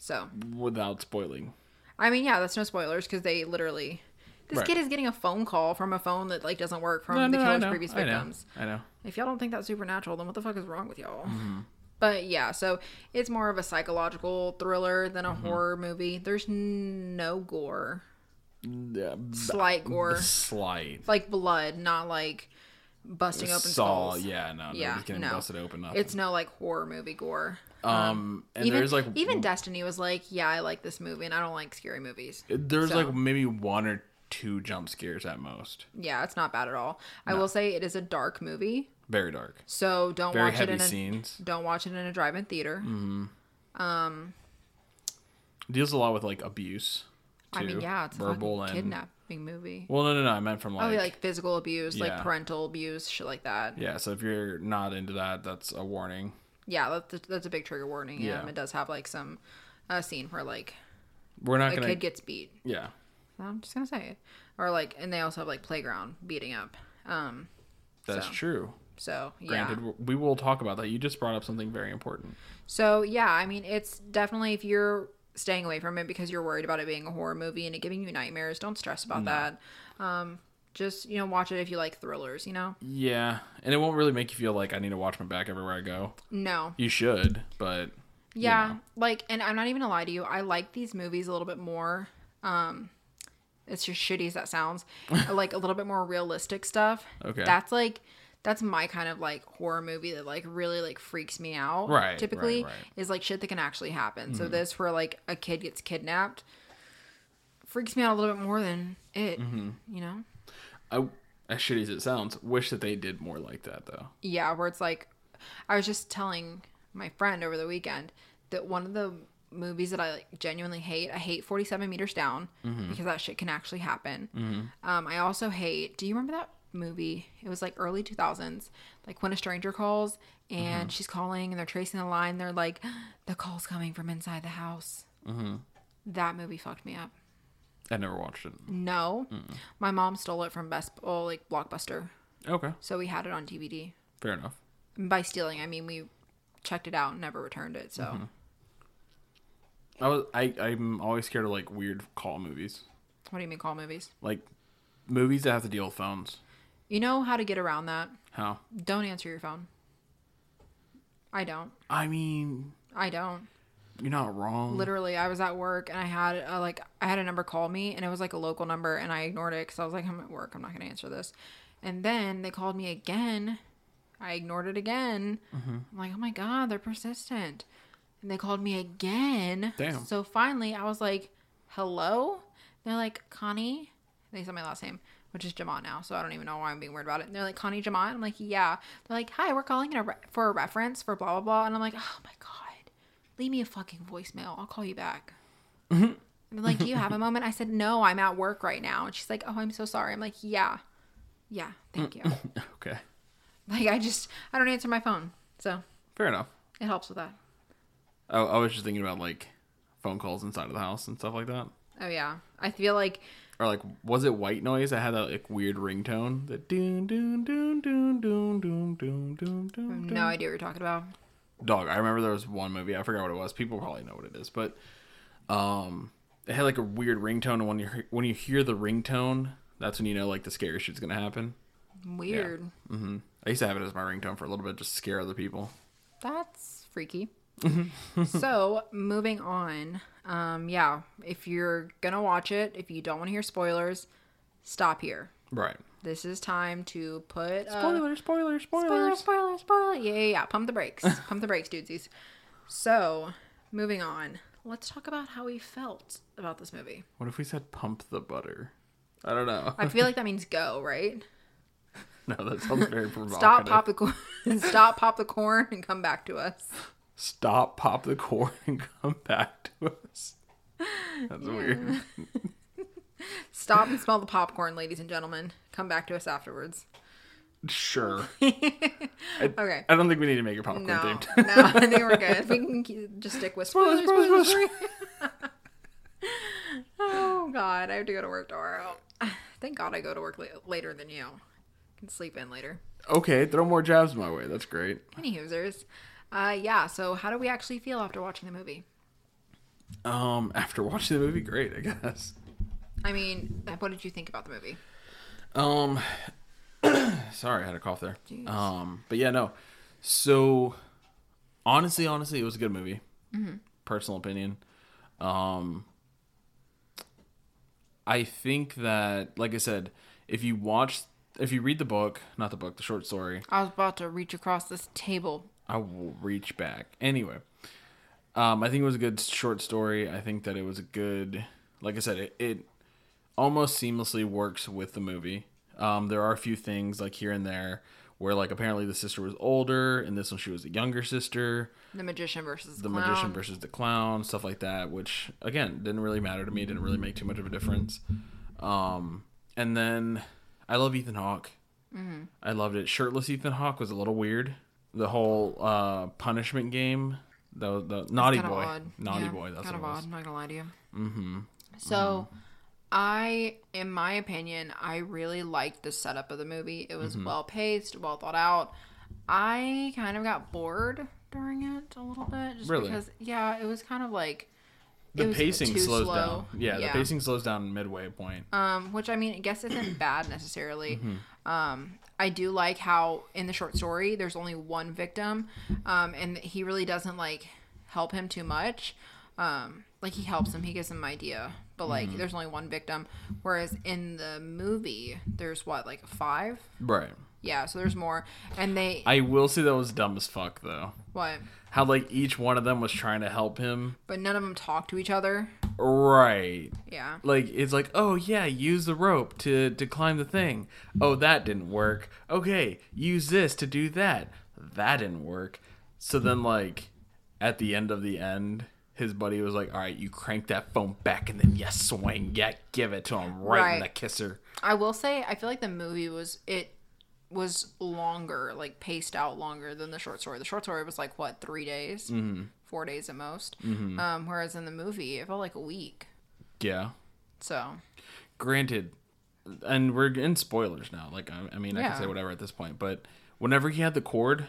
So,
Without spoiling,
I mean, yeah, that's no spoilers because they literally. This
Right.
kid is getting a phone call from a phone that like doesn't work from
No, no,
the
I
killer's
know,
previous
I know,
victims.
I know.
If y'all don't think that's supernatural, then what the fuck is wrong with y'all?
Mm-hmm.
But yeah, so it's more of a psychological thriller than a
Mm-hmm.
horror movie. There's n- no gore,
Yeah, b-
slight gore,
slight.
like blood, not like busting open
Saw,
skulls.
yeah, no,
Yeah,
nobody's getting
no.
busted open up.
It's no like horror movie gore.
um, and
even
there's like
even Destiny was like, yeah, I like this movie, and I don't like scary movies.
there's
so-
like maybe one or two jump scares at most.
Yeah, it's not bad at all. I will say it is a dark movie,
Very dark,
so don't
very
watch it
heavy Mm,
in a
scenes.
don't watch it in a drive-in theater.
Deals a lot with like abuse. Too.
I mean, yeah, it's a
verbal
fucking
and
kidnapping movie.
Well, no, no, no. I meant from like,
oh, yeah, like physical abuse,
Yeah.
like parental abuse, shit like that.
yeah. So if you're not into that, that's a warning.
Yeah, that's, that's a big trigger warning.
Yeah.
Um, it does have like some uh, scene where like
We're not
a
gonna
kid gets beat.
yeah.
I'm just gonna say it, or like, and they also have like playground beating up. Um,
That's
So.
true.
so yeah.
Granted, w we will talk about that. You just brought up something very important.
So yeah, I mean, it's definitely if you're staying away from it because you're worried about it being a horror movie and it giving you nightmares, don't stress about that. Um, just you know, watch it if you like thrillers. You know,
Yeah, and it won't really make you feel like I need to watch my back everywhere I go.
no,
You should, but
Yeah, like, and I'm not even gonna lie to you. I like these movies a little bit more. Um, it's just shitty as that sounds. like a little bit more realistic stuff.
Okay.
That's like, that's my kind of like horror movie that like really like freaks me out.
Right, right,
Typically
right. Mm-hmm.
is like shit that can actually happen. So this where like a kid gets kidnapped freaks me out a little bit more than it.
Mm-hmm.
You know?
I, as shitty as it sounds, wish that they did more like that though.
Yeah, where it's like, I was just telling my friend over the weekend that one of the movies that I like, genuinely hate, I hate 47 Meters Down because that shit can actually happen. Um, I also hate, do you remember that movie? It was like early 2000s, like when a stranger calls and she's calling and they're tracing the line. They're like, the call's coming from inside the house. That movie fucked me up.
I never watched it.
No, my mom stole it from Best, oh, like Blockbuster.
Okay,
So we had it on DVD.
fair enough.
And by stealing i mean we checked it out and never returned it so
I was I I'm always scared of like weird call movies,
what do you mean call movies
like movies that have to deal with phones.
you know how to get around that
How?
don't answer your phone i don't
I mean,
i don't
you're not wrong.
literally i was at work and i had a, like i had a number call me and it was like a local number and i ignored it because i was like i'm at work i'm not going to answer this and then they called me again i ignored it again i'm like oh my god they're persistent and they called me again
Damn.
so finally i was like hello they're like connie they said my last name which is Jamont now, so I don't even know why I'm being weird about it. And they're like Connie Jamont. I'm like, yeah. They're like, hi, we're calling in a re- for a reference for blah blah blah. And I'm like, oh my god, leave me a fucking voicemail. I'll call you back. And they're like, do you have a moment? I said, no, I'm at work right now. And she's like, oh, I'm so sorry. I'm like, yeah, yeah, thank you.
Okay,
like, I just, I don't answer my phone. So
fair enough.
it helps with that.
I, I was just thinking about like phone calls inside of the house and stuff like that.
Oh, yeah. I feel like,
Or like, was it white noise? I had that like weird ringtone. The doon doon doon doon doon doon doon doon doon.
no idea what you're talking about.
Dog. I remember there was one movie. I forgot what it was. People probably know what it is, but um, it had like a weird ringtone. And when you he- when you hear the ringtone, that's when you know like the scary shit's gonna happen.
Weird.
I used to have it as my ringtone for a little bit, just to scare other people.
That's freaky. so moving on. Um, yeah, if you're gonna watch it, if you don't want to hear spoilers, stop here.
Right.
This is time to put uh,
Spoiler, spoiler,
spoiler,
spoilers.
spoiler, spoiler. Yeah, yeah, yeah. Pump the brakes. Pump the brakes, dudesies. So, moving on. Let's talk about how we felt about this movie.
What if we said pump the butter? I don't know.
I feel like that means go, right?
no, that sounds very provocative.
Stop, pop the corn. Stop, pop the corn, and come back to us.
stop, pop the corn, and come back to us. That's weird.
Stop and smell the popcorn, ladies and gentlemen. Come back to us afterwards.
Sure.
Okay.
I don't think we need to make a popcorn
No, no,
themed.
I think we're good. We can keep, just stick with spoilers.
spoilers,
spoilers, spoilers. oh God, I have to go to work tomorrow. Thank God I go to work la- later than you. can sleep in later.
Okay, throw more jabs my way. That's great.
Any users? Uh, yeah. So, how do we actually feel after watching the movie?
Um, after watching the movie, great, I guess.
I mean, what did you think about the movie?
Um, sorry, I had a cough there. Um, but yeah, no. So, honestly, honestly, it was a good movie. Personal opinion. Um, I think that, like I said, if you watch If you read the book, not the book, the short story,
I was about to reach across this table.
I will reach back. Anyway, um, I think it was a good short story. I think that it was a good, like I said, it, it almost seamlessly works with the movie. Um, there are a few things like here and there where like apparently the sister was older, and this one she was a younger sister.
The magician versus
The magician versus the clown, stuff like that, which again didn't really matter to me. Didn't really make too much of a difference. Um, and then I love Ethan Hawke.
Mm-hmm.
I loved it. Shirtless Ethan Hawke was a little weird. The whole uh, punishment game, the the naughty
Kinda
boy,
odd.
naughty
Yeah,
boy. That's what
kind
it
of
was. Mm-hmm.
odd. Not gonna lie to you. Mm-hmm. So, I, in my opinion, I really liked the setup of the movie. It was
Mm-hmm.
well paced, well thought out. I kind of got bored during it a little bit, just
Really?
because yeah, it was kind of like it
The
was
pacing
too
slows
slow.
down. Yeah,
Yeah.
the pacing slows down midway point.
um, which I mean, I guess isn't bad necessarily. Um, I do like how in the short story there's only one victim, um, and he really doesn't like help him too much. Um, like he helps him, he gives him an idea, but like there's only one victim. Whereas in the movie, there's what like five,
right.
yeah. So there's more, and they
I will say that was dumb as fuck though.
what,
How like each one of them was trying to help him.
but none of them talk to each other,
Right.
yeah.
like it's like oh yeah use the rope to to climb the thing oh that didn't work okay use this to do that that didn't work so then like at the end of the end his buddy was like all right you crank that phone back and then yes swing yeah give it to him right, in
Right.
the kisser
I will say I feel like the movie was it was longer, like paced out longer than the short story. The short story was like what three days,
Mm-hmm.
four days at most. Um, whereas in the movie, it felt like a week.
yeah
So
granted and we're in spoilers now like i, I mean i
Yeah. Mm-hmm.
can say whatever at this point but whenever he had the cord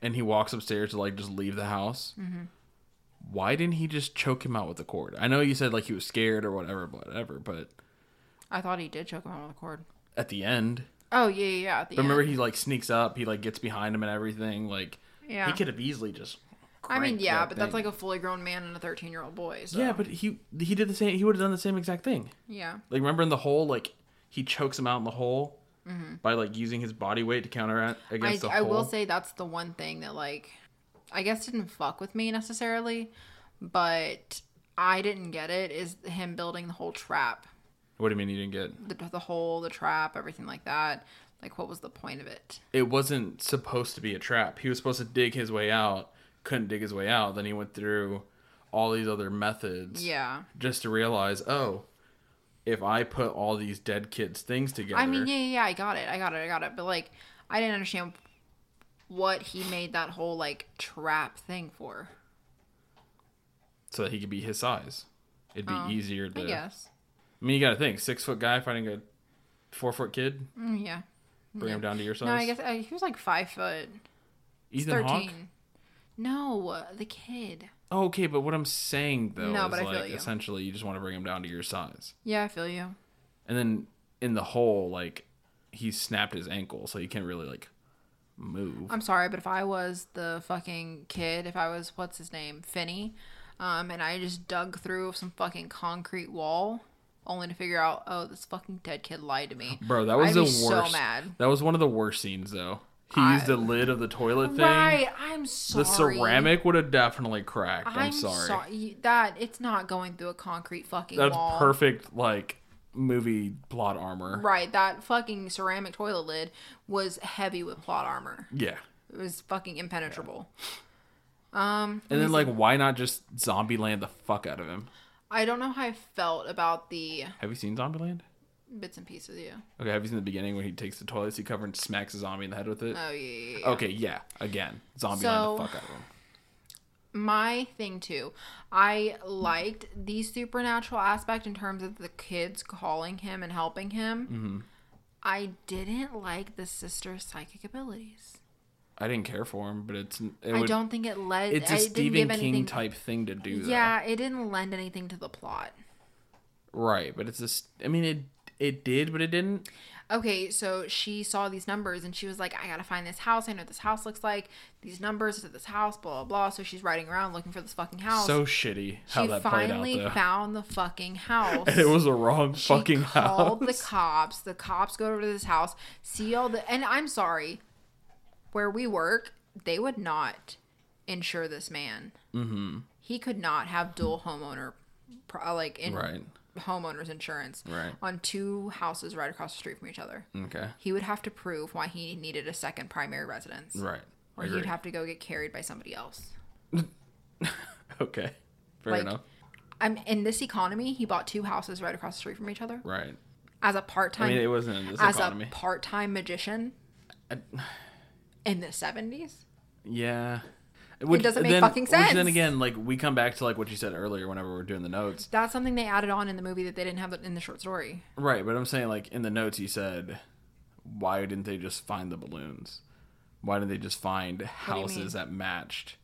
and he walks upstairs to like just leave the house why didn't he just choke him out with the cord i know you said like he was scared or whatever whatever but
I thought he did choke him out with a cord.
at the end
Oh yeah, yeah. yeah at the
but
end.
remember he like sneaks up he like gets behind him and everything like
Yeah.
he could have easily just
I mean,
cranked
yeah,
that
but that's
thing.
like a fully grown man and a thirteen year old boy. So,
yeah but he he did the same he would have done the same exact thing
yeah,
like remember in the hole like he chokes him out in the hole by like using his body weight to counteract
Mm-hmm. I,
against the
I
hole
will say that's the one thing that like I guess didn't fuck with me necessarily, but I didn't get it. Is him building the whole trap
What do you mean you didn't get?
the, the hole, the trap, everything like that. Like, what was the point of it?
It wasn't supposed to be a trap. He was supposed to dig his way out, couldn't dig his way out. Then he went through all these other methods
Yeah.
just to realize, oh, if I put all these dead kids' things together,
I mean, yeah, yeah, yeah, I got it. I got it. I got it. But, like, I didn't understand what he made that whole, like, trap thing for.
so that he could be his size, it'd be easier to.
Oh, I guess.
I mean, you got to think six foot guy fighting a four foot kid,
Mm, yeah.
bring him down to your size.
No, I guess uh, he was like five foot.
Ethan
13.
Hawke.
No, the kid.
Oh, okay, but what I'm saying though
No,
is
but I
like
feel you.
essentially you just want to bring him down to your size.
Yeah, I feel you.
And then in the hole, like he snapped his ankle, so he can't really like move.
I'm sorry, but if I was the fucking kid, if I was, what's his name? Finney, um, and I just dug through some fucking concrete wall. Only to figure out, oh, this fucking dead kid lied to me.
Bro, that was
I'd
the
be
worst.
So mad.
That was one of the worst scenes though. He used the lid of the toilet thing.
Right, I'm sorry.
The ceramic would have definitely cracked. I'm,
I'm
sorry.
sorry. You- That it's not going through a concrete fucking
That's
wall.
perfect like movie plot armor.
Right, that fucking ceramic toilet lid was heavy with plot armor.
Yeah.
It was fucking impenetrable.
And then like why not just Zombieland the fuck out of him?
I don't know how I felt about the
Have you seen Zombieland?
bits and pieces. Yeah.
Okay, have you seen the beginning when he takes the toilet seat cover and smacks a zombie in the head with it?
Oh yeah. yeah, yeah.
Okay, yeah. Again, Zombieland
So-
the fuck out of him.
my thing too. I liked the supernatural aspect in terms of the kids calling him and helping him.
Mm-hmm.
I didn't like the sister's psychic abilities.
I didn't care for him, but it's it
I
would,
don't think it led.
It's
I
a
didn't
Stephen
give
King
anything-
type thing to do. though.
Yeah, it didn't lend anything to the plot.
right. But it's just I mean it It did, but it didn't.
Okay, so she saw these numbers and she was like, I gotta find this house. I know what this house looks like. These numbers to this house, blah, blah, blah. So she's riding around looking for this fucking house.
So shitty how
Oh, she
that played out
finally
though.
found the fucking house.
and it was the wrong
She
fucking
called
house.
the cops. The cops go over to this house, see all the. And I'm sorry, where we work, they would not insure this man. Mm-hmm. He could not have dual homeowner, pro- uh, like in
Right.
homeowners insurance,
Right.
on two houses right across the street from each other.
Okay.
He would have to prove why he needed a second primary residence,
Right.
or
Agreed.
he'd have to go get carried by somebody else.
okay. Fair
like-
enough.
I'm in this economy. He bought two houses right across the street from each other
Right.
as a part time.
I mean, it wasn't in this
as
economy.
a part-time magician
I-
in the 70s
yeah. Which-
doesn't make
then-
fucking
Which then
sense.
again, like we come back to like what you said earlier, whenever we're doing the notes,
that's something they added on in the movie that they didn't have in the short story
right? But I'm saying like in the notes, you said, why didn't they just find the balloons? Why didn't they just find houses that matched?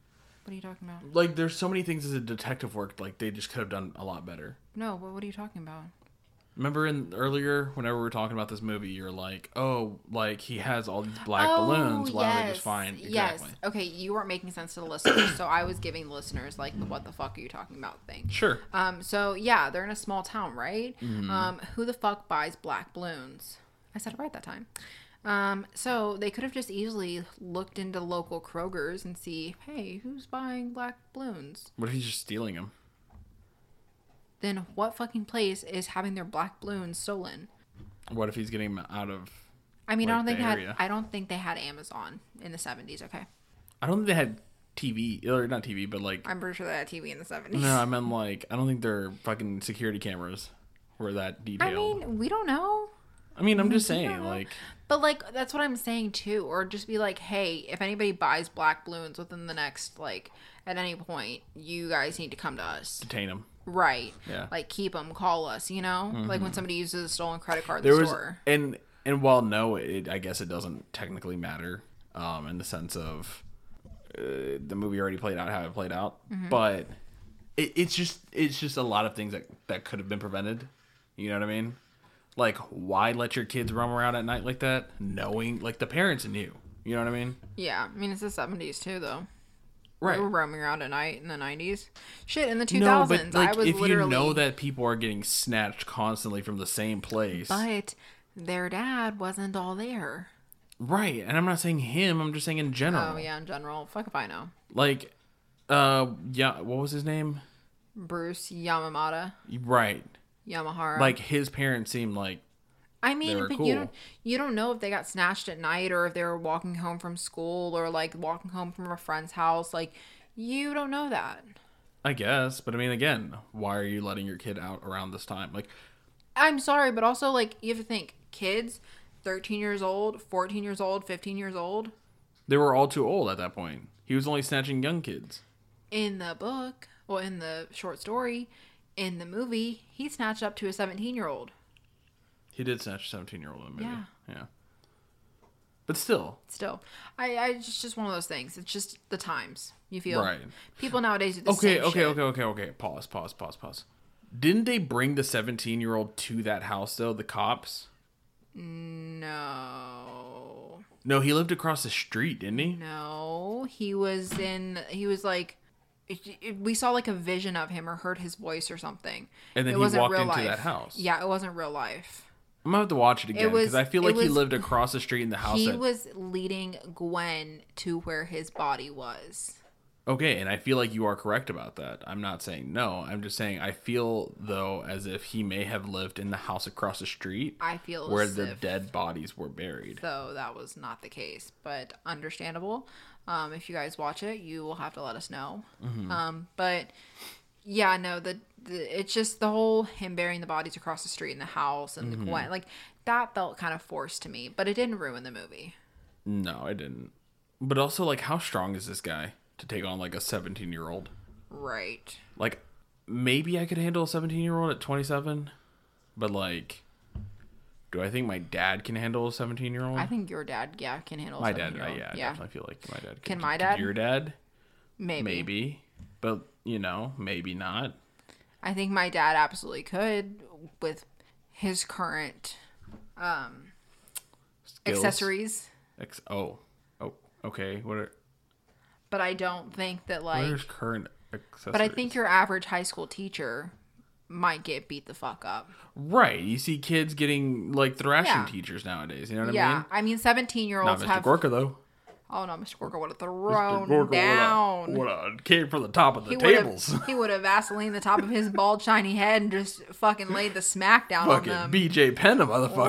what are you talking about
Like, there's so many things as a detective work. Like they just could have done a lot better.
no what, what are you talking about
Remember in earlier, whenever we were talking about this movie, you're like, "Oh, like he has all these black balloons. Why don't they just find exactly?"
Oh, yes okay you weren't making sense to the listeners so i was giving the listeners like the what the fuck are you talking about thing
Sure.
um so yeah they're in a small town right
Mm-hmm.
um who the fuck buys black balloons i said it right that time um so they could have just easily looked into local krogers and see hey who's buying black balloons
What if he's just stealing them?
then what fucking place is having their black balloons stolen?
What if he's getting them out of?
I mean, I
Like
don't think
the
they had,
area.
I don't think they had Amazon in the seventies. Okay,
I don't think they had TV or not TV, but like
I'm pretty sure they had TV in the seventies.
no, I meant like I don't think their fucking security cameras were that
I
detailed.
mean, we don't know,
I'm just saying
don't know.
like
but like that's what I'm saying too. Or just be like, hey, if anybody buys black balloons within the next like at any point, you guys need to come to us,
detain them.
right?
Yeah. Mm-hmm.
Like keep them, call us. You know, like when somebody uses a stolen credit card in
There
the
was
store.
and and while no, it I guess it doesn't technically matter um, in the sense of uh, the movie already played out how it played out, but it, it's just it's just a lot of things that that could have been prevented. You know what I mean? Like, why let your kids roam around at night like that, knowing like the parents knew? You know what I mean?
Yeah, I mean it's the seventies too, though.
Right.
We were roaming around at night in the nineties. Shit, in the two
No,
thousands,
but like
I was
if
literally.
you know that people are getting snatched constantly from the same place,
But their dad wasn't all there.
right? And I'm not saying him. I'm just saying in general.
Oh yeah, in general, fuck if I know.
like uh yeah what was his name
Bruce Yamamata,
right
Yamahara.
like his parents seemed like
I
they
mean,
were
but
cool.
you don't you don't know if they got snatched at night or if they were walking home from school or like walking home from a friend's house. Like you don't know that.
i guess but i mean again why are you letting your kid out around this time like
I'm sorry, but also like you have to think kids, thirteen years old, fourteen years old, fifteen years old.
they were all too old at that point he was only snatching young kids
in the book, well, in the short story, in the movie, he snatched up to a 17 year old.
he did snatch a 17 year old in the movie yeah,
Yeah.
but still
Still, I, I it's just one of those things. It's just the times you feel.
Right.
People nowadays do the
okay
same
okay
shit.
okay okay okay pause pause pause pause didn't they bring the 17 year old to that house though the cops
No,
no he lived across the street didn't he
no, he was in. He was like, it- it- we saw like a vision of him or heard his voice or something.
And then
it
he
wasn't
walked
real
into
life.
that house.
Yeah, it wasn't real life.
i'm gonna have to watch it again because
was-
i feel
it
like he
was-
lived across the street in the house
He
that-
was leading Gwen to where his body was.
Okay, and I feel like you are correct about that. I'm not saying no. I'm just saying I feel though as if he may have lived in the house across the street
I feel
where
as
the
if-
dead bodies were buried.
though that was not the case, but understandable. Um, if you guys watch it, you will have to let us know.
Mm-hmm.
Um, but yeah, no, the, the it's just the whole him burying the bodies across the street in the house and
Mm-hmm.
the Gwen, like that felt kind of forced to me, but it didn't ruin the movie.
No, I didn't. But also like how strong is this guy to take on like a 17-year-old?
Right.
Like maybe I could handle a 17-year-old at 27, but like do I think my dad can handle a 17-year-old?
I think your dad, yeah, can handle.
my dad, I,
17-year-old.
yeah, I definitely feel like my dad
Can my
Could
dad?
Your dad?
maybe. Maybe.
Maybe. But, you know, maybe not.
I think my dad absolutely could with his current um
Skills?
accessories,
Ex- oh, oh, okay. What are
but I don't think that
what
like
are his current accessories?
but I think your average high school teacher might get beat the fuck up.
right. You see kids getting like thrashing
Yeah.
teachers nowadays. You know what
yeah.
I mean?
I mean 17-year-olds
Not Mr.
have
Gorka though.
Oh no, Mr. Gorka would have
Mr.
thrown
Gorka
down.
What a came from the top of the
he
tables.
Would have, he would have Vaseline the top of his bald shiny head and just fucking laid the smack down on
Fucking
them.
BJ Penna, motherfucker.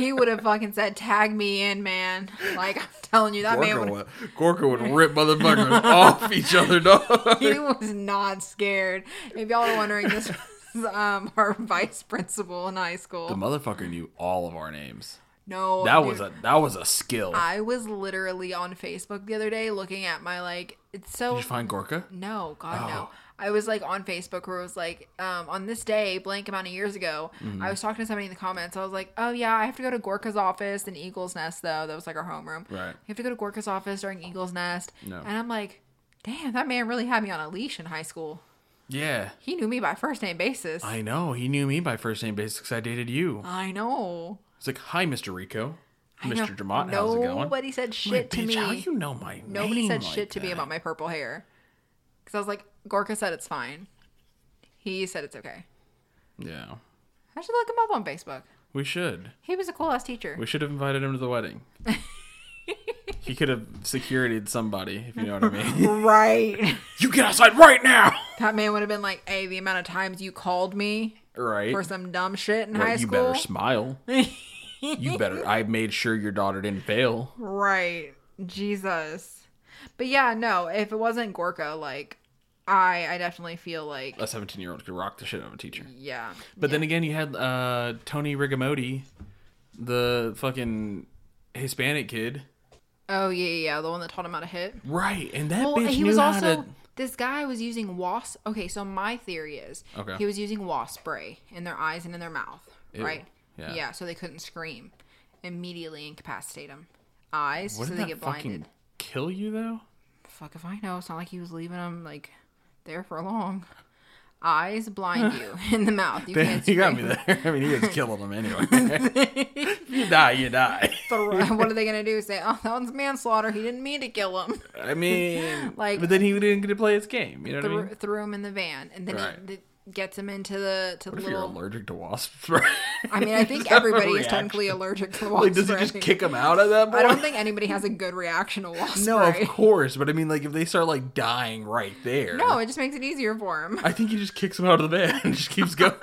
he would have fucking said, "Tag me in, man." Like I'm telling you, that man
Gorka
would.
would, Gorka would rip motherfuckers off each other, dog.
He was not scared. If y'all are wondering, this was um our vice principal in high school.
The motherfucker knew all of our names.
no,
That
dude,
was a that was a skill.
I was literally on Facebook the other day looking at my like. It's so
Did you find Gorka?
No, God, no.
Oh.
I was like on Facebook where it was like, um, on this day, blank amount of years ago,
Mm-hmm.
I was talking to somebody in the comments. I was like, oh, yeah, I have to go to Gorka's office and Eagle's Nest, though. That was like our homeroom.
Right.
You have to go to Gorka's office during Eagle's Nest.
No.
And I'm like, damn, that man really had me on a leash in high school.
Yeah.
He knew me by first name basis. I,
I know. He knew me by first name basis 'cause I dated you.
know.
It's like, hi, Mr. Rico.
I know.
Mr. Jamont, how's it going?
Nobody said shit to
bitch,
me.
How you know my name?
Nobody said
like
shit to me
that?
about my purple hair. Because I was like, Gorka said it's fine. He said it's okay.
Yeah.
I should look him up on Facebook.
We should.
He was a cool ass teacher.
We should have invited him to the wedding. he could have securited somebody, if you know what I mean.
Right.
you get outside right now!
That man would have been like, hey, the amount of times you called me
Right.
for some dumb shit in
Well,
high
you
school.
better smile. you better. I made sure your daughter didn't fail.
right. Jesus. But yeah, no, if it wasn't Gorka, like, I, I definitely feel like,
A 17 year old could rock the shit out of a teacher.
yeah.
But then again, you had uh, Tony Rigamotti, the fucking Hispanic kid.
Oh, yeah, yeah, yeah, the one that taught him how to hit.
Right. And that
Well,
bitch
he
knew
was
how
also,
to.
this guy was using wasp. Okay, so my theory is
Okay.
he was using wasp spray in their eyes and in their mouth,
Ew.
right?
Yeah.
yeah, so they couldn't scream. Immediately incapacitate them. Eyes, so
Wouldn't
they
that
get
fucking
blinded.
kill you, though?
fuck if I know. It's not like he was leaving them like there for long. Eyes blind you in the mouth. You
Damn,
can't
you
scream.
got me there. I mean, he was killing them anyway. you die, you die.
what are they gonna do? Say, oh, that one's manslaughter. He didn't mean to kill him.
I mean,
Like-
but then he didn't get to play his game. You know what I
Threw,
mean?
threw him in the van, and then
Right.
he th- gets him into the to the
What if you're
little.
allergic to wasps? right?
I mean, I think
Is that a
everybody is
reaction?
technically allergic to the wasp
Like, does he
spray.
just kick him out of that?
I don't
point?
think anybody has a good reaction to wasp
No,
spray.
of course, but I mean, like, if they start like dying right there,
No, it just makes it easier for him.
I think he just kicks him out of the van and just keeps going.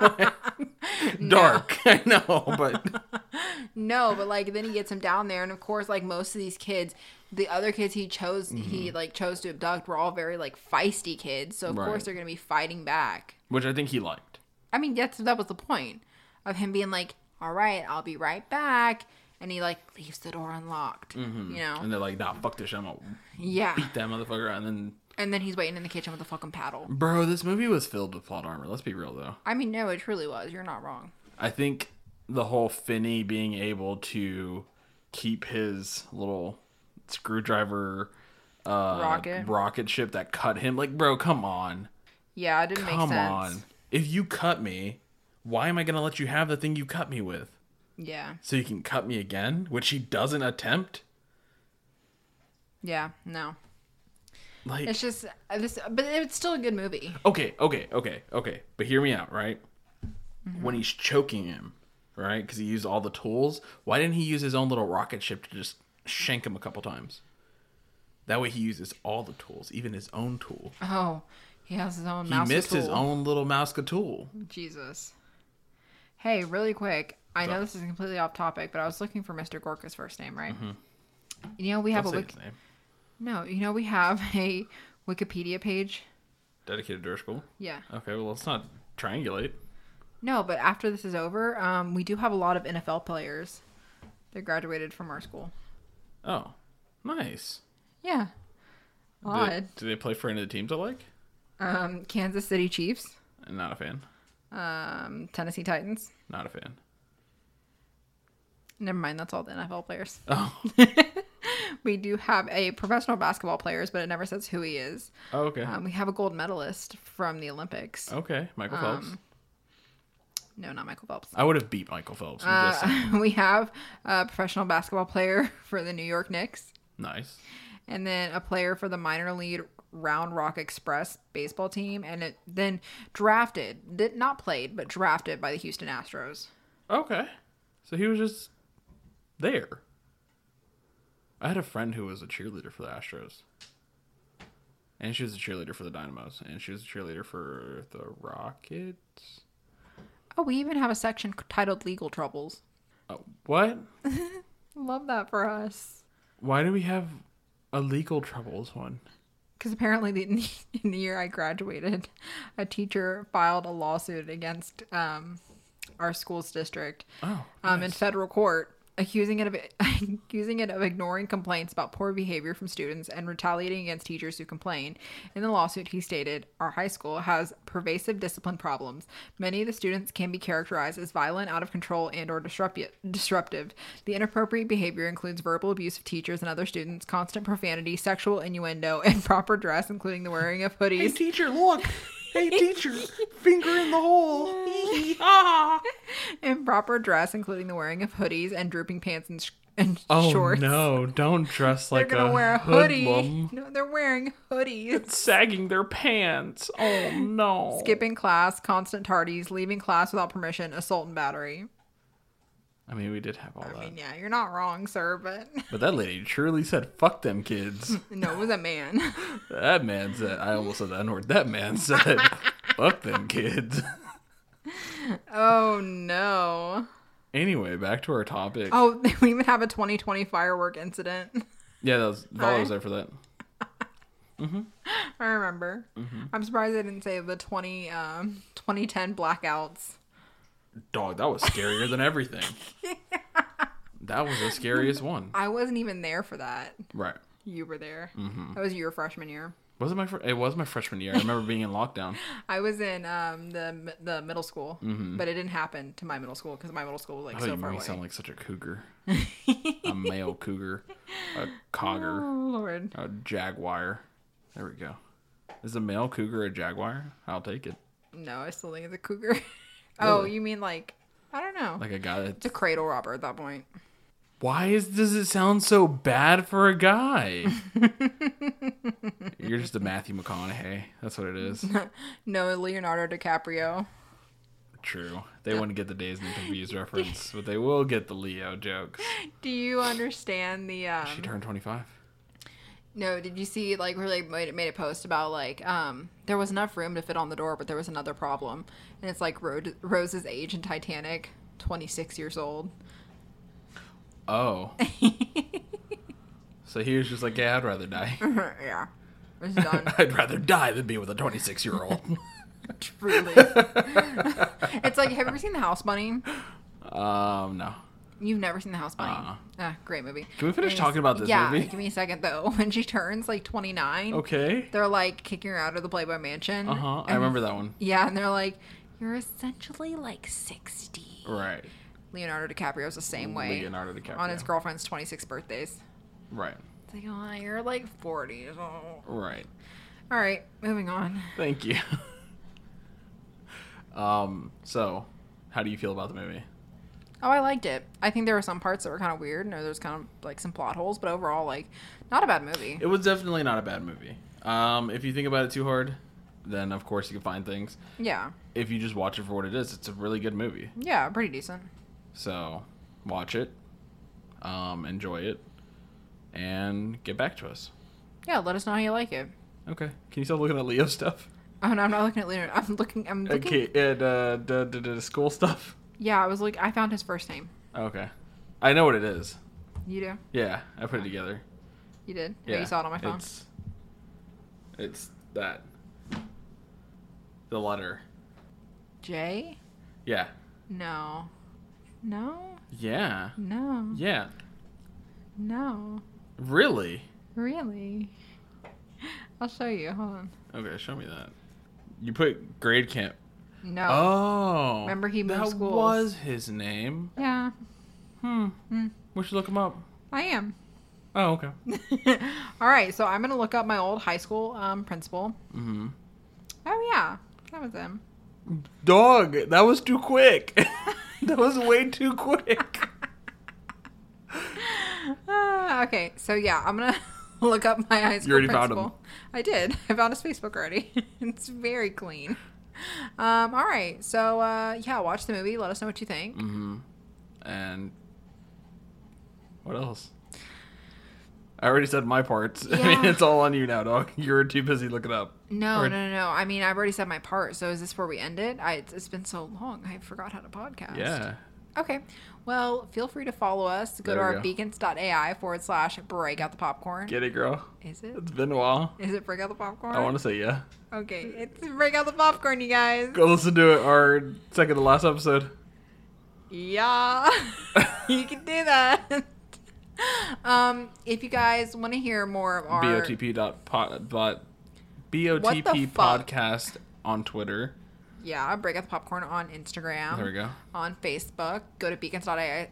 Dark, I know, but
No, but like then he gets him down there, and of course, like most of these kids, the other kids he chose, he
Mm-hmm.
like chose to abduct were all very like feisty kids. So of
Right.
course they're gonna be fighting back.
which I think he liked.
I mean, that's that was the point of him being like, "All right, I'll be right back," and he like leaves the door unlocked. You know,
Mm-hmm. And they're like, "Nah, fuck this shit. I'm gonna
yeah.
beat that motherfucker." And then,
And then he's waiting in the kitchen with a fucking paddle.
bro, this movie was filled with plot armor. Let's be real, though.
I mean, no, it truly was. You're not wrong.
I think the whole Finney being able to keep his little screwdriver uh,
Rocket.
rocket ship that cut him, like, bro, come on.
Yeah, it didn't
Come
make sense.
on. If you cut me, why am I going to let you have the thing you cut me with?
Yeah,
So you can cut me again, which he doesn't attempt?
yeah, no.
Like,
It's just uh, this, but it's still a good movie.
okay, okay, okay, okay. But hear me out, right? When he's choking him, right? Because he used all the tools. Why didn't he use his own little rocket ship to just shank him a couple times? That way he uses all the tools, even his own tool.
Oh, he has his own.
He
mouse
missed his
tool.
own little mouse tool.
Jesus. Hey, really quick. I know this is completely off topic, but I was looking for Mr. Gorka's first name, right? You know we have
Mm-hmm. Don't say
a wik-
his name.
no. You know we have a Wikipedia page.
Dedicated to our school.
Yeah.
Okay, well, let's not triangulate.
No, but after this is over, um, we do have a lot of NFL players that graduated from our school.
Oh, nice.
Yeah.
Do they,
Odd.
do they play for any of the teams I like?
Um, Kansas City Chiefs,
I'm not a fan.
um, Tennessee Titans.
Not a fan.
Never mind, that's all the NFL players.
Oh,
We do have a professional basketball players, but it never says who he is.
oh okay. Oh.
Um, we have a gold medalist from the Olympics.
okay, Michael Phelps.
No, not Michael Phelps.
I would have beat Michael Phelps. I'm just saying.
Uh, we have a professional basketball player for the New York Knicks,
nice.
and then a player for the minor league Round Rock Express baseball team, and it, then drafted, did, not played, but drafted by the Houston Astros.
Okay. So he was just there. I had a friend who was a cheerleader for the Astros. And she was a cheerleader for the Dynamos. And she was a cheerleader for the Rockets.
Oh, we even have a section titled "Legal Troubles."
Oh, what?
Love that for us,
Why do we have a legal troubles one?
because apparently, the, in, the, in the year I graduated, a teacher filed a lawsuit against um, our school's district.
Oh.
um, in federal court, accusing it of accusing it of ignoring complaints about poor behavior from students and retaliating against teachers who complain. In the lawsuit, he stated, "Our high school has pervasive discipline problems. Many of the students can be characterized as violent, out of control, and/or disrupti- disruptive. The inappropriate behavior includes verbal abuse of teachers and other students, constant profanity, sexual innuendo, and proper dress, including the wearing of hoodies."
teacher, look! Hey, teacher! Finger in the hole!
improper dress, including the wearing of hoodies and drooping pants and, sh- and
oh,
shorts.
no. Don't dress
They're
like
gonna
a,
wear a hoodie.
hoodie. hoodlum.
No, they're wearing hoodies.
Sagging their pants. Oh, no.
Skipping class, constant tardies, leaving class without permission, assault and battery.
I mean, we did have all that.
I mean, yeah, you're not wrong, sir, but
But that lady truly said, fuck them kids.
no, it was a man.
that man said, I almost said that N word. That man said, fuck them kids.
oh no.
anyway, back to our topic.
Oh, we even have a 2020 firework incident.
Yeah, that was, Vala was
Hi.
there for that.
I remember.
Mm-hmm.
I'm surprised I didn't say the 20 um 2010 blackouts.
Dog, that was scarier than everything. That was the scariest one.
I wasn't even there for that.
Right.
You were there.
Mm-hmm.
That was your freshman year.
Was it my fr- it was my freshman year. I remember being in lockdown.
I was in um, the the middle school, but it didn't happen to my middle school because my middle school was like
Mm-hmm. Oh,
so
you
far
make me
away.
sound like such a cougar. a male cougar. A cogger.
oh Lord,
A jaguar. There we go. Is a male cougar a jaguar? I'll take it.
no, I still think it's a cougar. oh,
Really?
you mean like I don't know?
Like a guy that
it's a cradle robber at that point.
Why is, does it sound so bad for a guy? You're just a Matthew McConaughey. That's what it is.
No, Leonardo DiCaprio.
True. They wouldn't get the Days and Confused reference, but they will get the Leo jokes.
Do you understand the?
She
Um,
turned 25.
no, did you see like really made made a post about like um there was enough room to fit on the door, but there was another problem, and it's like Ro- Rose's age in Titanic, twenty six years old.
Oh. so he was just like, yeah, I'd rather die.
yeah, it was done.
I'd rather die than be with a 26 year old.
Truly. it's like, have you ever seen The House Bunny?
Um, no.
You've never seen The House Bunny.
Uh-uh.
Ah, great movie.
Can we finish
Anyways,
talking about this
yeah,
movie?
give me a second though. When she turns like 29,
Okay.
they're like kicking her out of the Playboy Mansion.
Uh huh. I
And-
remember that one.
Yeah, and they're like, you're essentially like 60.
Right.
Leonardo DiCaprio's the same way.
Leonardo DiCaprio.
On his girlfriend's 26th birthdays.
Right.
It's like, oh, you're like 40. Oh.
Right.
All right, moving on.
Thank you. um, so, how do you feel about the movie?
Oh, I liked it. I think there were some parts that were kind of weird, and there's kind of like some plot holes, but overall, like, not a bad movie.
It was definitely not a bad movie. Um, if you think about it too hard, then of course you can find things.
Yeah,
If you just watch it for what it is, it's a really good movie.
yeah, pretty decent.
So, watch it, um, enjoy it, and get back to us.
Yeah, let us know how you like it.
Okay. Can you stop looking at Leo stuff?
Oh no, I'm not looking at Leonard. I'm looking. I'm looking.
Okay. And uh, the, the, the school stuff.
Yeah, I was like, I found his first name.
Okay. I know what it is.
You do?
Yeah, I put it together.
You did? Yeah,
Yeah,
you saw it on my phone.
It's, it's that. The letter.
J?
Yeah.
No, no,
Yeah.
no,
Yeah.
no.
Really?
Really? I'll show you. Hold on.
Okay, show me that. You put grade camp.
No.
Oh.
Remember he moved
That
schools.
was his name.
Yeah,
Hmm. We should look him up.
I am.
Oh, okay.
All right, so I'm gonna look up my old high school um, principal.
Mm-hmm.
Oh yeah, that was him.
Dog, that was too quick. that was way too quick.
Ah, okay, so yeah, I'm gonna look up my high school
already found
principal. I did. I found his Facebook already. it's very clean. Um, all right, so uh, yeah, watch the movie. Let us know what you think.
Mm-hmm. And what else? I already said my parts. I mean,
Yeah.
it's all on you now, dog. You're too busy looking up.
No,
Or-
no, no, no. I mean, I've already said my part. So is this where we end it? I, it's, it's been so long. I forgot how to podcast.
Yeah.
Okay. Well, feel free to follow us. Go
There
to
we
our
go.
beacons.ai forward slash break out the popcorn.
Get it, girl.
Is it?
It's been a while.
Is it break out the popcorn?
I want to say yeah.
Okay. It's break out the popcorn, you guys.
Go listen to it, our second to last episode.
Yeah. you can do that. um, if you guys want to hear more of our.
BOTP dot uh, pod, but BOTP
fuck?
podcast on Twitter.
Yeah, break out the popcorn on Instagram.
There we go.
on Facebook. Go to beacons.ai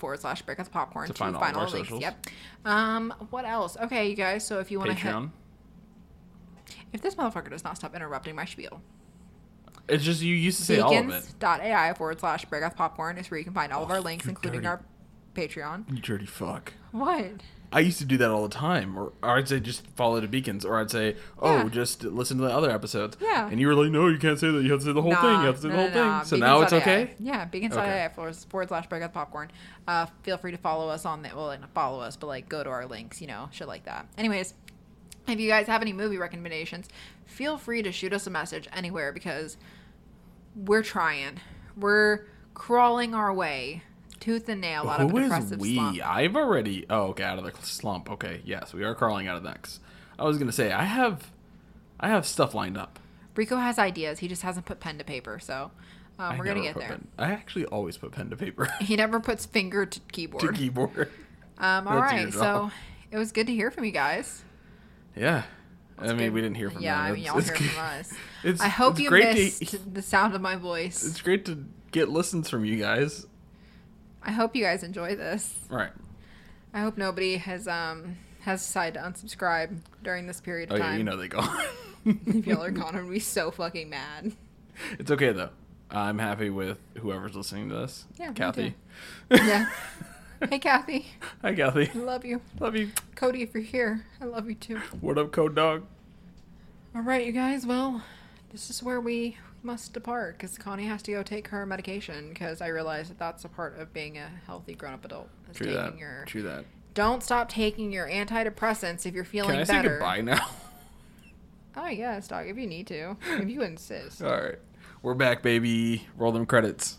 forward slash break Out the popcorn
To
to,
find all
find
of
all
our
the links.
socials.
Yep. Um, what else? Okay, you guys. So if you want to hit,
Patreon.
if this motherfucker does not stop interrupting my spiel,
It's just you used to say all of it.
beacons.ai forward slash break Out the popcorn is where you can find all of our links,
you
including
dirty-
our Patreon.
You dirty fuck.
What?
I used to do that all the time, or, or I'd say just follow the beacons, or I'd say, oh,
Yeah.
just listen to the other episodes.
Yeah.
And you were like, no, you can't say that. You have to say the whole thing.
Nah,
You have to say
no,
the
no,
whole thing.
no.
So now it's
Beacons.ai.
okay.
Yeah, beacons.ai forward forward slash break Out the popcorn. Uh, feel free to follow us on that. Well, not follow us, but like go to our links, you know, shit like that. Anyways, if you guys have any movie recommendations, feel free to shoot us a message anywhere because we're trying. We're crawling our way tooth and nail out of
Who
a
is
depressive
we?
slump.
I've already. Oh, okay, out of the slump. Okay, yes, we are crawling out of that. 'cause I was gonna say I have, I have stuff lined up.
Rico has ideas. He just hasn't put pen to paper, so um,
I
we're
never
gonna get
put
there.
pen- I actually always put pen to paper
He never puts finger to
to
keyboard.
keyboard.
Um, all
That's your
right, so
job.
it was good to hear from you guys.
Yeah, I mean
good.
we didn't hear from
yeah,
them.
I mean,
It's-
y'all
it's
hear
good-
from us.
It's,
I hope
it's
you
great
missed
To,
the sound of my voice.
it's great to get listens from you guys.
I hope you guys enjoy this.
Right.
I hope nobody has um has decided to unsubscribe during this period
Oh
of time.
yeah, you know they go.
if y'all are gone, I'm gonna be so fucking mad.
it's okay though. I'm happy with whoever's listening to this.
Yeah, me
Kathy.
too. Yeah. hey, Kathy,
Hi, Kathy.
I love you.
Love you.
Cody, if you're here, I love you too.
What up, Code Dog?
All right, you guys. Well, this is where we must depart because Connie has to go take her medication because I realize that that's a part of being a healthy grown-up adult. Is
True
taking
that.
your
True that.
Don't stop taking your antidepressants if you're feeling
Can I say
better.
goodbye now?
Oh yes, dog, if you need to. If you insist.
All right. We're back, baby. Roll them credits.